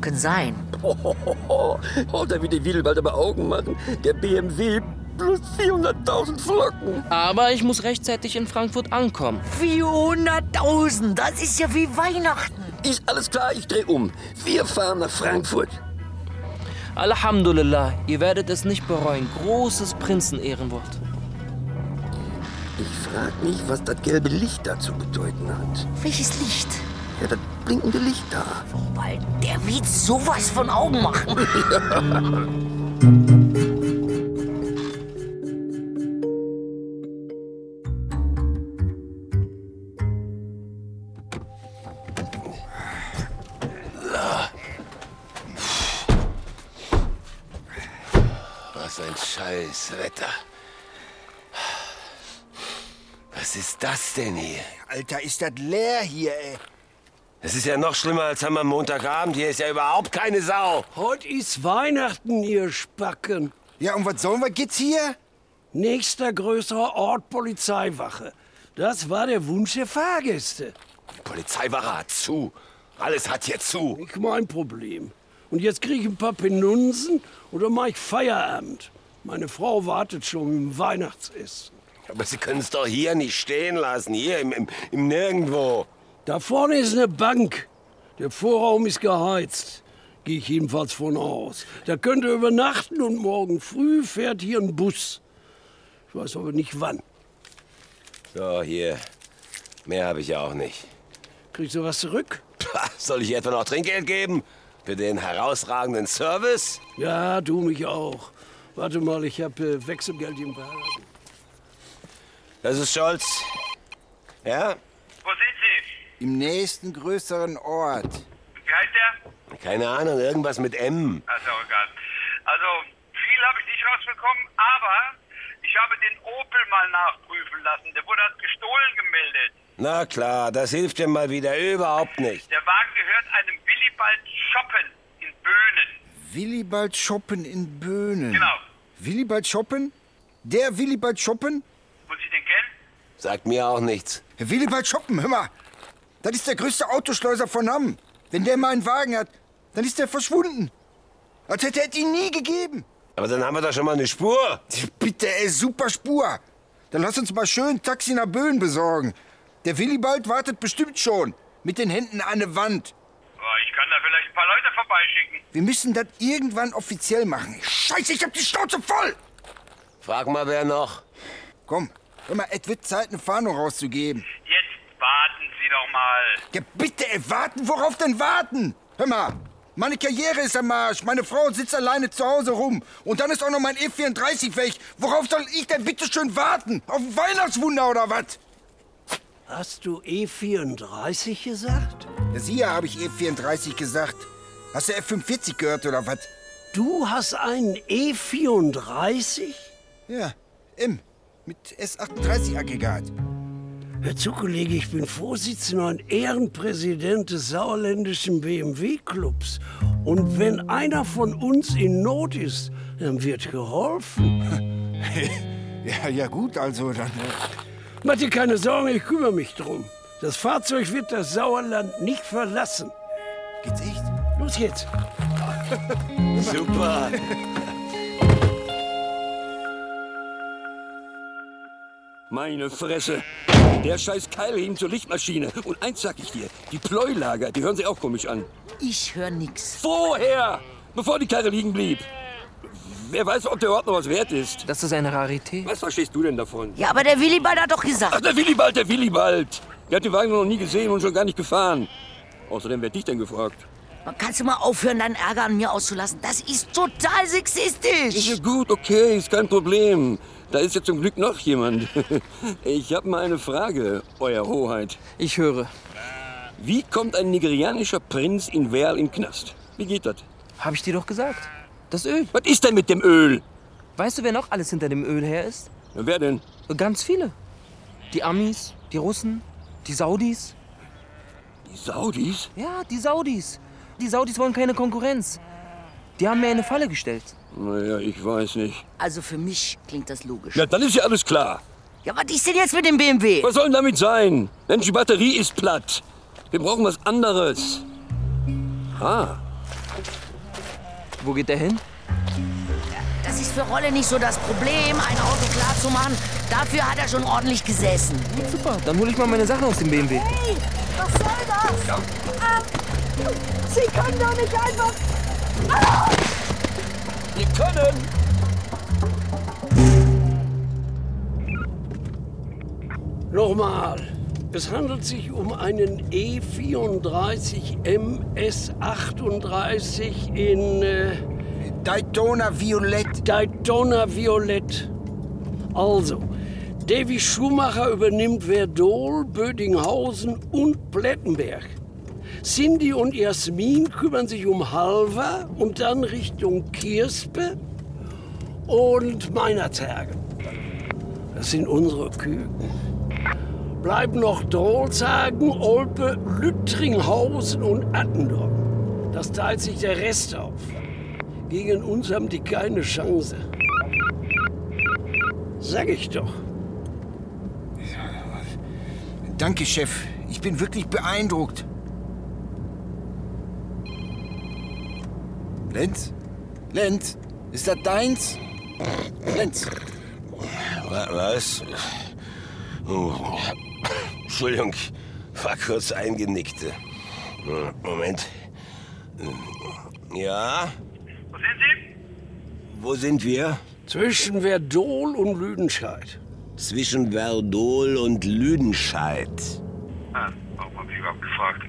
Speaker 11: Kann sein.
Speaker 10: Oh, oh, oh, oh, da wird der Wiedel bald aber Augen machen. Der BMW plus 400.000 Flocken.
Speaker 6: Aber ich muss rechtzeitig in Frankfurt ankommen.
Speaker 11: 400.000, das ist ja wie Weihnachten.
Speaker 10: Ist alles klar, ich dreh um. Wir fahren nach Frankfurt.
Speaker 6: Alhamdulillah, ihr werdet es nicht bereuen. Großes Prinzenehrenwort.
Speaker 10: Ich frag mich, was das gelbe Licht da zu bedeuten hat.
Speaker 11: Welches Licht?
Speaker 10: Ja, das blinkende Licht da.
Speaker 11: Weil der wird sowas von Augen machen.
Speaker 3: Was ein scheiß Wetter. Was ist das denn hier?
Speaker 1: Alter, ist das leer hier, ey.
Speaker 3: Das ist ja noch schlimmer als am Montagabend. Hier ist ja überhaupt keine Sau.
Speaker 13: Heute ist Weihnachten, ihr Spacken.
Speaker 1: Ja, und was sollen wir jetzt hier?
Speaker 13: Nächster größerer Ort Polizeiwache. Das war der Wunsch der Fahrgäste.
Speaker 3: Die Polizeiwache hat zu. Alles hat hier zu.
Speaker 13: Nicht mein Problem. Und jetzt kriege ich ein paar Penunsen und dann mache ich Feierabend. Meine Frau wartet schon im Weihnachtsessen.
Speaker 3: Aber Sie können es doch hier nicht stehen lassen. Hier im, im, im Nirgendwo.
Speaker 13: Da vorne ist eine Bank. Der Vorraum ist geheizt. Gehe ich jedenfalls von aus. Da könnt ihr übernachten und morgen früh fährt hier ein Bus. Ich weiß aber nicht wann.
Speaker 3: So, hier. Mehr habe ich ja auch nicht.
Speaker 13: Kriegst du was zurück?
Speaker 3: Pah, Soll ich etwa noch Trinkgeld geben? Für den herausragenden Service?
Speaker 13: Ja, du mich auch. Warte mal, ich habe äh, Wechselgeld im Wagen.
Speaker 3: Das ist Scholz. Ja?
Speaker 1: Im nächsten größeren Ort.
Speaker 2: Wie heißt der?
Speaker 3: Keine Ahnung, irgendwas mit M.
Speaker 2: Also egal. Also viel habe ich nicht rausbekommen, aber ich habe den Opel mal nachprüfen lassen. Der wurde als gestohlen gemeldet.
Speaker 3: Na klar, das hilft dir mal wieder überhaupt nicht.
Speaker 2: Der Wagen gehört einem Willibald Schoppen in Böhnen.
Speaker 1: Willibald Schoppen in Böhnen.
Speaker 2: Genau.
Speaker 1: Willibald Schoppen? Der Willibald Schoppen?
Speaker 2: Muss ich den kennen?
Speaker 3: Sagt mir auch nichts.
Speaker 1: Willibald Schoppen, hör mal. Das ist der größte Autoschleuser von Hamm. Wenn der mal einen Wagen hat, dann ist der verschwunden. Als hätte er ihn nie gegeben.
Speaker 3: Aber dann haben wir doch schon mal eine Spur.
Speaker 1: Bitte, ey, super Spur. Dann lass uns mal schön ein Taxi nach Böhlen besorgen. Der Willibald wartet bestimmt schon. Mit den Händen an der Wand.
Speaker 2: Boah, Oh, ich kann da vielleicht ein paar Leute vorbeischicken.
Speaker 1: Wir müssen das irgendwann offiziell machen. Scheiße, ich hab die Schnauze voll!
Speaker 3: Frag mal, wer noch.
Speaker 1: Komm, hör mal, es wird Zeit, eine Fahndung rauszugeben.
Speaker 2: Jetzt warten Sie doch mal.
Speaker 1: Ja, bitte, ey, warten, worauf denn warten? Hör mal, meine Karriere ist am Arsch, meine Frau sitzt alleine zu Hause rum. Und dann ist auch noch mein E34 weg. Worauf soll ich denn bitte schön warten? Auf ein Weihnachtswunder oder was?
Speaker 13: Hast du E34 gesagt?
Speaker 1: Ja, siehe, habe ich E34 gesagt. Hast du F45 gehört oder was?
Speaker 13: Du hast einen E E34?
Speaker 1: Ja, M. Mit S38-Aggregat.
Speaker 13: Hör zu, Kollege, ich bin Vorsitzender und Ehrenpräsident des Sauerländischen BMW-Clubs. Und wenn einer von uns in Not ist, dann wird geholfen.
Speaker 1: Ja, ja gut, also dann...
Speaker 13: Mach dir keine Sorgen, ich kümmere mich drum. Das Fahrzeug wird das Sauerland nicht verlassen.
Speaker 1: Geht's echt?
Speaker 13: Los geht's.
Speaker 3: Super.
Speaker 10: Meine Fresse. Der scheiß Keil hin zur Lichtmaschine. Und eins sag ich dir, die Pleulager, die hören sich auch komisch an.
Speaker 11: Ich höre nix.
Speaker 10: Vorher, bevor die Karre liegen blieb. Wer weiß, ob der Ort noch was wert ist.
Speaker 6: Das ist eine Rarität.
Speaker 10: Was verstehst du denn davon?
Speaker 11: Ja, aber der Willibald hat doch
Speaker 10: Ach,
Speaker 11: gesagt.
Speaker 10: der Willibald, der Willibald. Der hat den Wagen noch nie gesehen und schon gar nicht gefahren. Außerdem, wer hat dich denn gefragt?
Speaker 11: Kannst du mal aufhören, deinen Ärger an mir auszulassen? Das ist total
Speaker 10: Ist ja
Speaker 11: sexistisch.
Speaker 10: gut, okay, ist kein Problem. Da ist ja zum Glück noch jemand. [laughs] Ich habe mal eine Frage, Euer Hoheit.
Speaker 6: Ich höre.
Speaker 10: Wie kommt ein nigerianischer Prinz in Werl in den Knast? Wie geht das?
Speaker 6: Hab ich dir doch gesagt. Das Öl.
Speaker 10: Was ist denn mit dem Öl?
Speaker 6: Weißt du, wer noch alles hinter dem Öl her ist?
Speaker 10: Na, Wer denn?
Speaker 6: Ganz viele. Die Amis, die Russen, die Saudis.
Speaker 10: Die Saudis?
Speaker 6: Ja, die Saudis. Die Saudis wollen keine Konkurrenz. Die haben mir eine Falle gestellt.
Speaker 10: Naja, ich weiß nicht.
Speaker 11: Also für mich klingt das logisch.
Speaker 10: Na, dann ist ja alles klar.
Speaker 11: Ja, was ist denn jetzt mit dem BMW?
Speaker 10: Was soll denn damit sein? Mensch, die Batterie ist platt. Wir brauchen was anderes. Ah.
Speaker 6: Wo geht der hin?
Speaker 11: Das ist für Rolle nicht so das Problem, ein Auto klar zu machen. Dafür hat er schon ordentlich gesessen.
Speaker 6: Super, dann hole ich mal meine Sachen aus dem BMW.
Speaker 14: Hey, was soll das? Ah, Sie können doch nicht einfach... Ah!
Speaker 10: Wir können!
Speaker 13: Nochmal. Es handelt sich um einen E34 MS38 in. Äh,
Speaker 1: Daytona Violett.
Speaker 13: Daytona Violett. Also, Davy Schumacher übernimmt Verdol, Bödinghausen und Plettenberg. Cindy und Jasmin kümmern sich um Halver und dann Richtung Kirspe und Meinerzergen. Das sind unsere Küken. Bleiben noch Drolshagen, Olpe, Lüttringhausen und Attendorn. Das teilt sich der Rest auf. Gegen uns haben die keine Chance. Sag ich doch.
Speaker 1: Danke, Chef. Ich bin wirklich beeindruckt. Lenz? Lenz? Ist das deins? Lenz?
Speaker 3: Wa- Was? Oh, Entschuldigung, war kurz eingenickt. Moment. Ja? Wo sind wir?
Speaker 13: Zwischen Verdol und Lüdenscheid.
Speaker 3: Zwischen Verdol und Lüdenscheid.
Speaker 2: Ah, warum habe ich überhaupt gefragt?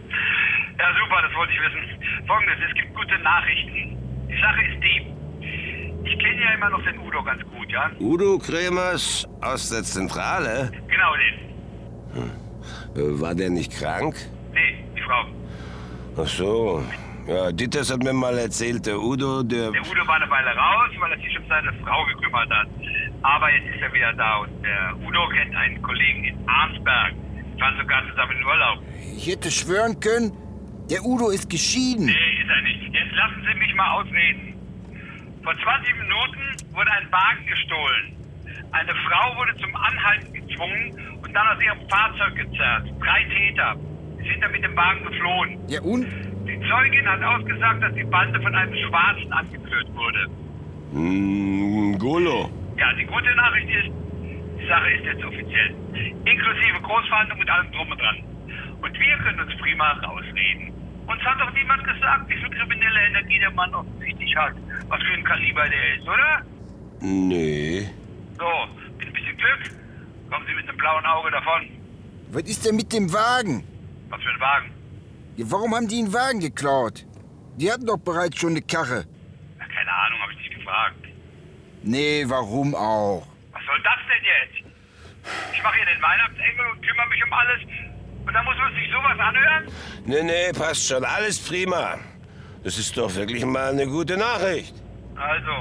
Speaker 2: Ja, super, das wollte ich wissen. Folgendes, es gibt gute Nachrichten. Die Sache ist die, ich kenne ja immer noch den Udo ganz gut, ja?
Speaker 3: Udo Kremers aus der Zentrale?
Speaker 2: Genau den.
Speaker 3: Äh, War der nicht krank?
Speaker 2: Nee, die Frau.
Speaker 3: Ach so. Ja, Dieters hat mir mal erzählt, der Udo, der...
Speaker 2: Der Udo war eine Weile raus, weil er sich um seine Frau gekümmert hat. Aber jetzt ist er wieder da und der Udo kennt einen Kollegen in Arnsberg. Die waren sogar zusammen in Urlaub.
Speaker 1: Ich hätte schwören können, der Udo ist geschieden.
Speaker 2: Nee, ist er nicht. Jetzt lassen Sie mich mal ausreden. Vor 20 Minuten wurde ein Wagen gestohlen. Eine Frau wurde zum Anhalten gezwungen und dann aus ihrem Fahrzeug gezerrt. Drei Täter. Sie sind dann mit dem Wagen geflohen.
Speaker 1: Ja, und?
Speaker 2: Die Zeugin hat ausgesagt, dass die Bande von einem Schwarzen angeführt wurde.
Speaker 3: Mm, Golo.
Speaker 2: Ja, die gute Nachricht ist, die Sache ist jetzt offiziell. Inklusive Großverhandlung mit allem drum und dran. Und wir können uns prima rausreden. Uns hat doch niemand gesagt, wie viel kriminelle Energie der Mann offensichtlich hat, was für ein Kaliber der ist, oder?
Speaker 3: Nee.
Speaker 2: So, mit ein bisschen Glück kommen Sie mit einem blauen Auge davon.
Speaker 1: Was ist denn mit dem Wagen?
Speaker 2: Was für ein Wagen.
Speaker 1: Ja, warum haben die einen Wagen geklaut? Die hatten doch bereits schon eine Karre.
Speaker 2: Na, keine Ahnung, habe ich nicht gefragt.
Speaker 1: Nee, warum auch?
Speaker 2: Was soll das denn jetzt? Ich mache hier den Weihnachtsengel und kümmere mich um alles. Und dann muss man sich sowas anhören?
Speaker 3: Nee, nee, passt schon. Alles prima. Das ist doch wirklich mal eine gute Nachricht.
Speaker 2: Also,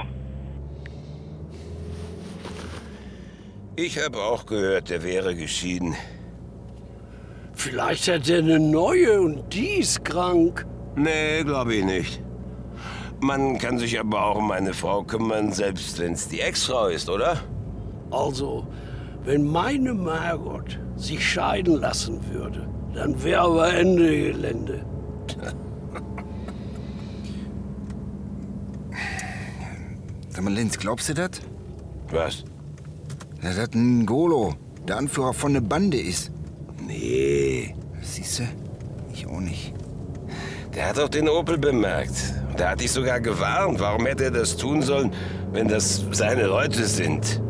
Speaker 3: Ich habe auch gehört, der wäre geschieden.
Speaker 13: Vielleicht hat er eine neue und die ist krank.
Speaker 3: Nee, glaube ich nicht. Man kann sich aber auch um eine Frau kümmern, selbst wenn es die Ex-Frau ist, oder?
Speaker 13: Also, wenn meine Margot sich scheiden lassen würde, dann wäre aber Ende Gelände.
Speaker 1: Sag mal, Lenz, glaubst du das?
Speaker 3: Was?
Speaker 1: Dass das ein Golo, der Anführer von einer Bande ist.
Speaker 3: Nee.
Speaker 1: Siehst du? Ich auch nicht.
Speaker 3: Der hat doch den Opel bemerkt. Der hat dich sogar gewarnt. Warum hätte er das tun sollen, wenn das seine Leute sind?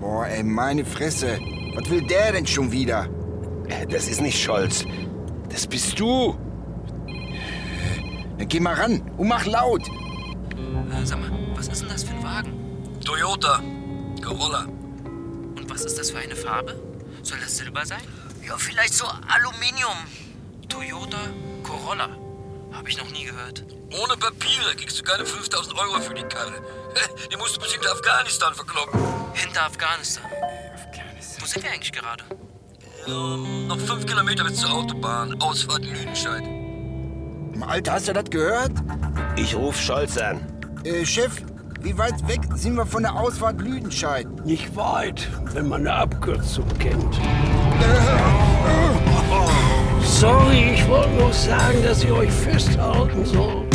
Speaker 1: Boah, ey, meine Fresse. Was will der denn schon wieder?
Speaker 3: Äh, Das ist nicht Scholz. Das bist du.
Speaker 1: Dann geh mal ran und mach laut.
Speaker 6: Äh, sag mal, was ist denn das für ein Wagen?
Speaker 10: Toyota. Corolla.
Speaker 6: Und was ist das für eine Farbe? Soll das Silber sein?
Speaker 11: Ja, vielleicht so Aluminium.
Speaker 6: Toyota Corolla. Habe ich noch nie gehört.
Speaker 10: Ohne Papiere kriegst du keine 5000 Euro für die Karre. [laughs] Die musst du bestimmt Afghanistan verkloppen.
Speaker 6: Hinter Afghanistan. Wo sind wir eigentlich gerade?
Speaker 10: Äh, Noch fünf Kilometer bis zur Autobahn. Ausfahrt Lüdenscheid.
Speaker 1: Alter, hast du das gehört?
Speaker 3: Ich ruf Scholz an.
Speaker 1: Äh, Chef, wie weit weg sind wir von der
Speaker 3: [laughs]
Speaker 1: Ausfahrt Lüdenscheid?
Speaker 13: Nicht weit, wenn man eine Abkürzung kennt. Sorry, ich wollte nur sagen, dass ihr euch festhalten sollt.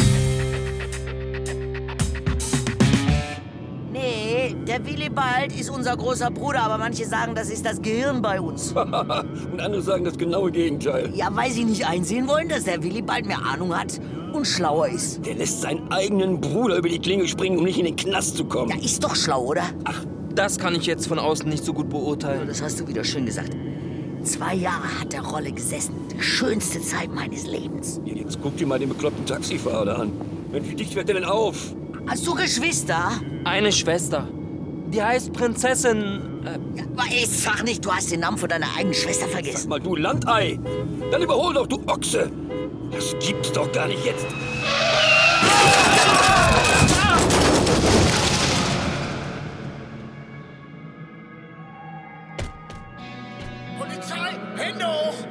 Speaker 11: Nee, der Willibald ist unser großer Bruder, aber manche sagen, das ist das Gehirn bei uns.
Speaker 10: [laughs] Und andere sagen das genaue Gegenteil.
Speaker 11: Ja, weil sie nicht einsehen wollen, dass der Willibald mehr Ahnung hat und schlauer ist.
Speaker 10: Der lässt seinen eigenen Bruder über die Klinge springen, um nicht in den Knast zu kommen.
Speaker 11: Ja, ist doch schlau, oder?
Speaker 6: Ach, das kann ich jetzt von außen nicht so gut beurteilen.
Speaker 11: Das hast du wieder schön gesagt. Zwei Jahre hat der Rolle gesessen. Die schönste Zeit meines Lebens.
Speaker 10: Ja, jetzt guck dir mal den bekloppten Taxifahrer da an. Mensch, wie dicht wird der denn auf?
Speaker 11: Hast du Geschwister?
Speaker 6: Eine Schwester. Die heißt Prinzessin. Äh,
Speaker 11: Aber ey, sag nicht, du hast den Namen von deiner eigenen Schwester vergessen.
Speaker 10: Mal du Landei! Dann überhol doch, du Ochse! Das gibt's doch gar nicht jetzt!
Speaker 11: Polizei, Hände hoch!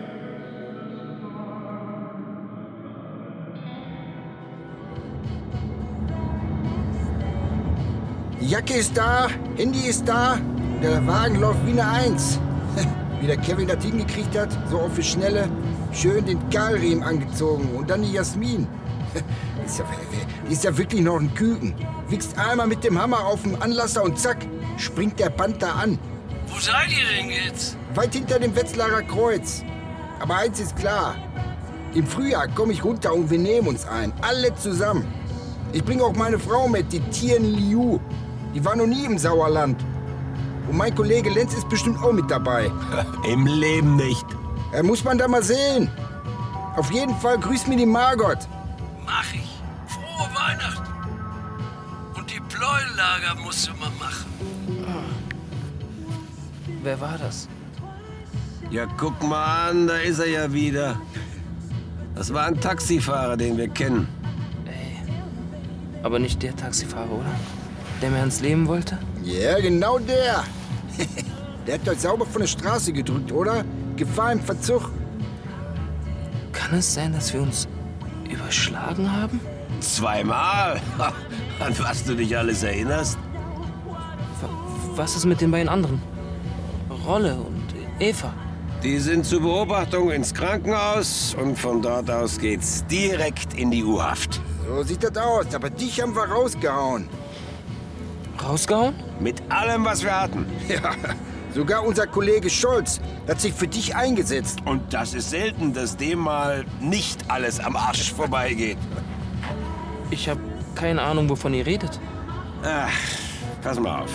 Speaker 1: Jacke ist da, Handy ist da, der Wagen läuft wie eine Eins. [laughs] Wie der Kevin das hingekriegt hat, so auf die Schnelle, schön den Keilriemen angezogen und dann die Jasmin. [laughs] Die ist ja, die ist ja wirklich noch ein Küken. Wichst einmal mit dem Hammer auf den Anlasser und zack, springt der Panther an.
Speaker 13: Wo seid ihr denn jetzt?
Speaker 1: Weit hinter dem Wetzlarer Kreuz. Aber eins ist klar. Im Frühjahr komme ich runter und wir nehmen uns ein. Alle zusammen. Ich bringe auch meine Frau mit, die Tieren Liu. Die war noch nie im Sauerland. Und mein Kollege Lenz ist bestimmt auch mit dabei.
Speaker 3: [laughs] Im Leben nicht.
Speaker 1: Äh, muss man da mal sehen. Auf jeden Fall grüßt mir die Margot.
Speaker 13: Mach ich. Frohe Weihnachten. Und die Pleuellager musst du mal machen.
Speaker 6: wer war das?
Speaker 3: Ja, guck mal an, da ist er ja wieder. Das war ein Taxifahrer, den wir kennen.
Speaker 6: Aber nicht der Taxifahrer, oder? Der mir ans Leben wollte?
Speaker 1: Ja, genau der. [laughs] der hat euch sauber von der Straße gedrückt, oder? Gefahr im Verzug.
Speaker 6: Kann es sein, dass wir uns überschlagen haben?
Speaker 3: Zweimal? Ha, An was du dich alles erinnerst?
Speaker 6: Was ist mit den beiden anderen? Rolle und Eva.
Speaker 3: Die sind zur Beobachtung ins Krankenhaus und von dort aus geht's direkt in die U-Haft.
Speaker 1: So sieht das aus. Aber dich haben wir rausgehauen. [laughs]
Speaker 6: Rausgehauen?
Speaker 3: Mit allem, was wir hatten.
Speaker 1: Ja, sogar unser Kollege Scholz hat sich für dich eingesetzt.
Speaker 3: Und das ist selten, dass dem mal nicht alles am Arsch vorbeigeht.
Speaker 6: Ich habe keine Ahnung, wovon ihr redet.
Speaker 3: Ach, pass mal auf.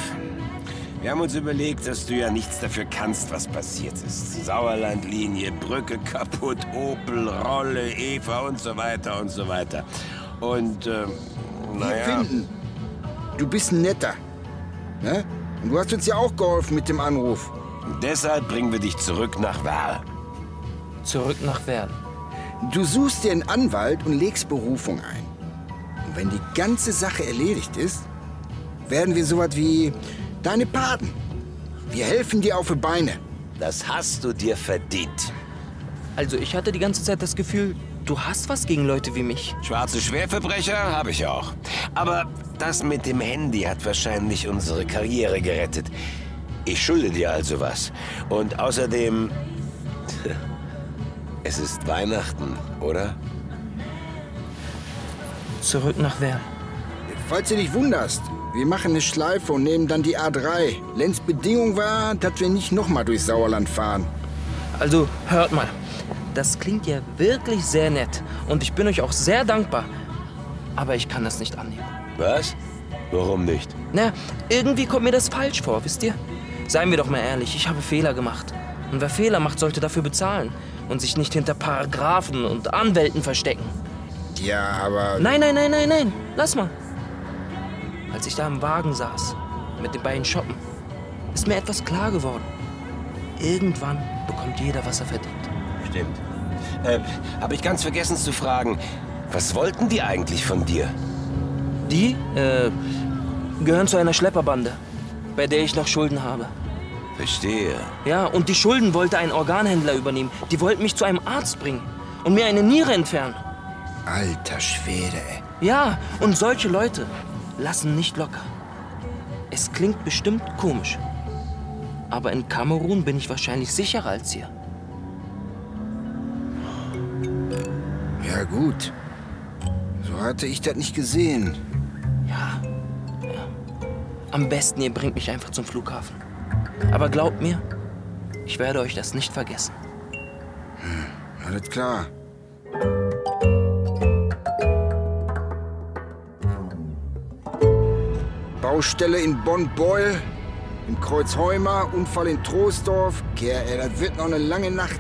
Speaker 3: Wir haben uns überlegt, dass du ja nichts dafür kannst, was passiert ist. Sauerlandlinie, Brücke kaputt, Opel, Rolle, Eva und so weiter und so weiter. Und, ähm,
Speaker 1: Wir
Speaker 3: naja.
Speaker 1: finden, du bist ein netter. Ne? Und du hast uns ja auch geholfen mit dem Anruf.
Speaker 3: Deshalb bringen wir dich zurück nach Werl.
Speaker 6: Zurück nach Werl.
Speaker 1: Du suchst dir einen Anwalt und legst Berufung ein. Und wenn die ganze Sache erledigt ist, werden wir sowas wie deine Paten. Wir helfen dir auf die Beine.
Speaker 3: Das hast du dir verdient.
Speaker 6: Also, ich hatte die ganze Zeit das Gefühl, du hast was gegen Leute wie mich.
Speaker 3: Schwarze Schwerverbrecher habe ich auch. Aber das mit dem Handy hat wahrscheinlich unsere Karriere gerettet. Ich schulde dir also was. Und außerdem. [laughs] Es ist Weihnachten, oder?
Speaker 6: Zurück nach Werl.
Speaker 1: Falls du dich wunderst, wir machen eine Schleife und nehmen dann die A3. Lenz Bedingung war, dass wir nicht nochmal durch Sauerland fahren.
Speaker 6: Also, hört mal. Das klingt ja wirklich sehr nett. Und ich bin euch auch sehr dankbar. Aber ich kann das nicht annehmen.
Speaker 3: Was? Warum nicht?
Speaker 6: Na, irgendwie kommt mir das falsch vor, wisst ihr? Seien wir doch mal ehrlich, ich habe Fehler gemacht. Und wer Fehler macht, sollte dafür bezahlen. Und sich nicht hinter Paragraphen und Anwälten verstecken.
Speaker 1: Ja, aber.
Speaker 6: Nein, nein, nein, nein, nein. Lass mal. Als ich da im Wagen saß, mit den beiden Shoppen, ist mir etwas klar geworden. Irgendwann bekommt jeder, was er verdient.
Speaker 3: Stimmt. Äh, habe ich ganz vergessen zu fragen. Was wollten die eigentlich von dir?
Speaker 6: Die äh, gehören zu einer Schlepperbande, bei der ich noch Schulden habe.
Speaker 3: Verstehe.
Speaker 6: Ja, und die Schulden wollte ein Organhändler übernehmen. Die wollten mich zu einem Arzt bringen und mir eine Niere entfernen.
Speaker 1: Alter Schwede, ey.
Speaker 6: Ja, und solche Leute lassen nicht locker. Es klingt bestimmt komisch. Aber in Kamerun bin ich wahrscheinlich sicherer als hier.
Speaker 1: Ja gut. So hatte ich das nicht gesehen.
Speaker 6: Ja. ja. Am besten, ihr bringt mich einfach zum Flughafen. Aber glaubt mir, ich werde euch das nicht vergessen.
Speaker 1: Alles klar. Baustelle in Bonn-Beul, im Kreuz Heumer, Unfall in Troisdorf. Kerl, ey, das wird noch eine lange Nacht.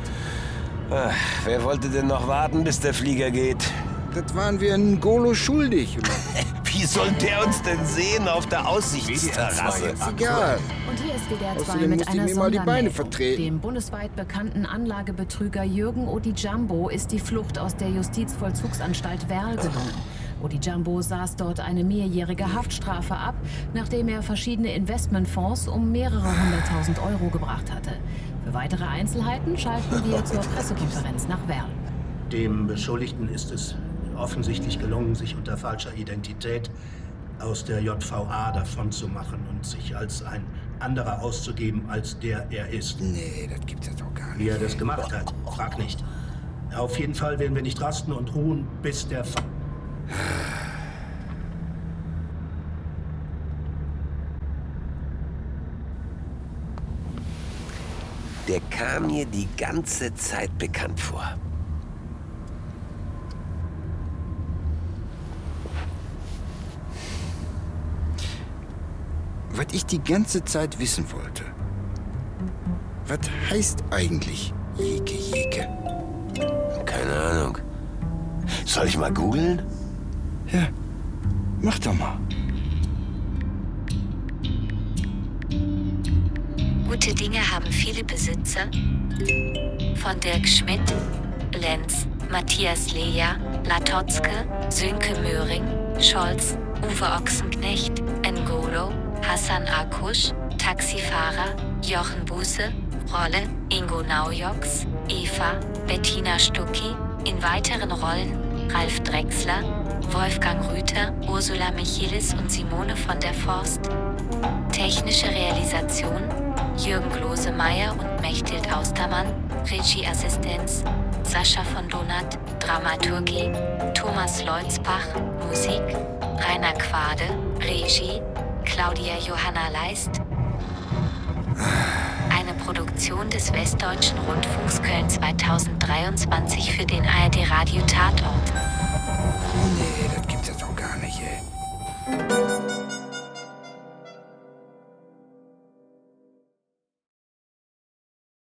Speaker 3: Ach, wer wollte denn noch warten, bis der Flieger geht?
Speaker 1: Das waren wir in Golo schuldig.
Speaker 3: Wie soll der uns denn sehen auf der Aussichtsterrasse?
Speaker 1: Ist egal.
Speaker 15: Und hier ist WDR 2
Speaker 1: Außerdem
Speaker 15: mit
Speaker 1: musste ich
Speaker 15: einer
Speaker 1: mir mal die Beine
Speaker 15: Sondermeldung.
Speaker 1: vertreten.
Speaker 15: Dem bundesweit bekannten Anlagebetrüger Jürgen Odijambo ist die Flucht aus der Justizvollzugsanstalt Werl gelungen. Odijambo saß dort eine mehrjährige Haftstrafe ab, nachdem er verschiedene Investmentfonds um mehrere hunderttausend Euro gebracht hatte. Für weitere Einzelheiten schalten wir zur Pressekonferenz nach Werl.
Speaker 5: Dem Beschuldigten ist es offensichtlich gelungen, sich unter falscher Identität aus der JVA davonzumachen und sich als ein anderer auszugeben, als der er ist.
Speaker 1: Nee, das gibt's jetzt auch gar nicht.
Speaker 5: Wie er das gemacht hat, frag nicht. Auf jeden Fall werden wir nicht rasten und ruhen, bis der Fall.
Speaker 3: Der kam mir die ganze Zeit bekannt vor.
Speaker 1: Was ich die ganze Zeit wissen wollte. Was heißt eigentlich Jeke Jeke?
Speaker 3: Keine Ahnung. Soll ich mal googeln?
Speaker 1: Ja, mach doch mal.
Speaker 16: Gute Dinge haben viele Besitzer. Von Dirk Schmidt, Lenz, Matthias Leja, Latotzke, Sönke Möhring, Scholz, Uwe Ochsenknecht, Ngolo, Hassan Akusch, Taxifahrer, Jochen Buße, Rolle, Ingo Naujoks, Eva, Bettina Stucki, in weiteren Rollen Ralf Drechsler, Wolfgang Rüther, Ursula Michelis und Simone von der Forst. Technische Realisation Jürgen Glosemeyer und Mechthild Austermann, Regieassistenz Sascha von Donat, Dramaturgie Thomas Leutzbach, Musik Rainer Quade, Regie Claudia Johanna Leist. Eine Produktion des Westdeutschen Rundfunks Köln 2023 für den ARD Radio Tatort.
Speaker 1: Nee, das gibt's jetzt auch gar nicht, ey.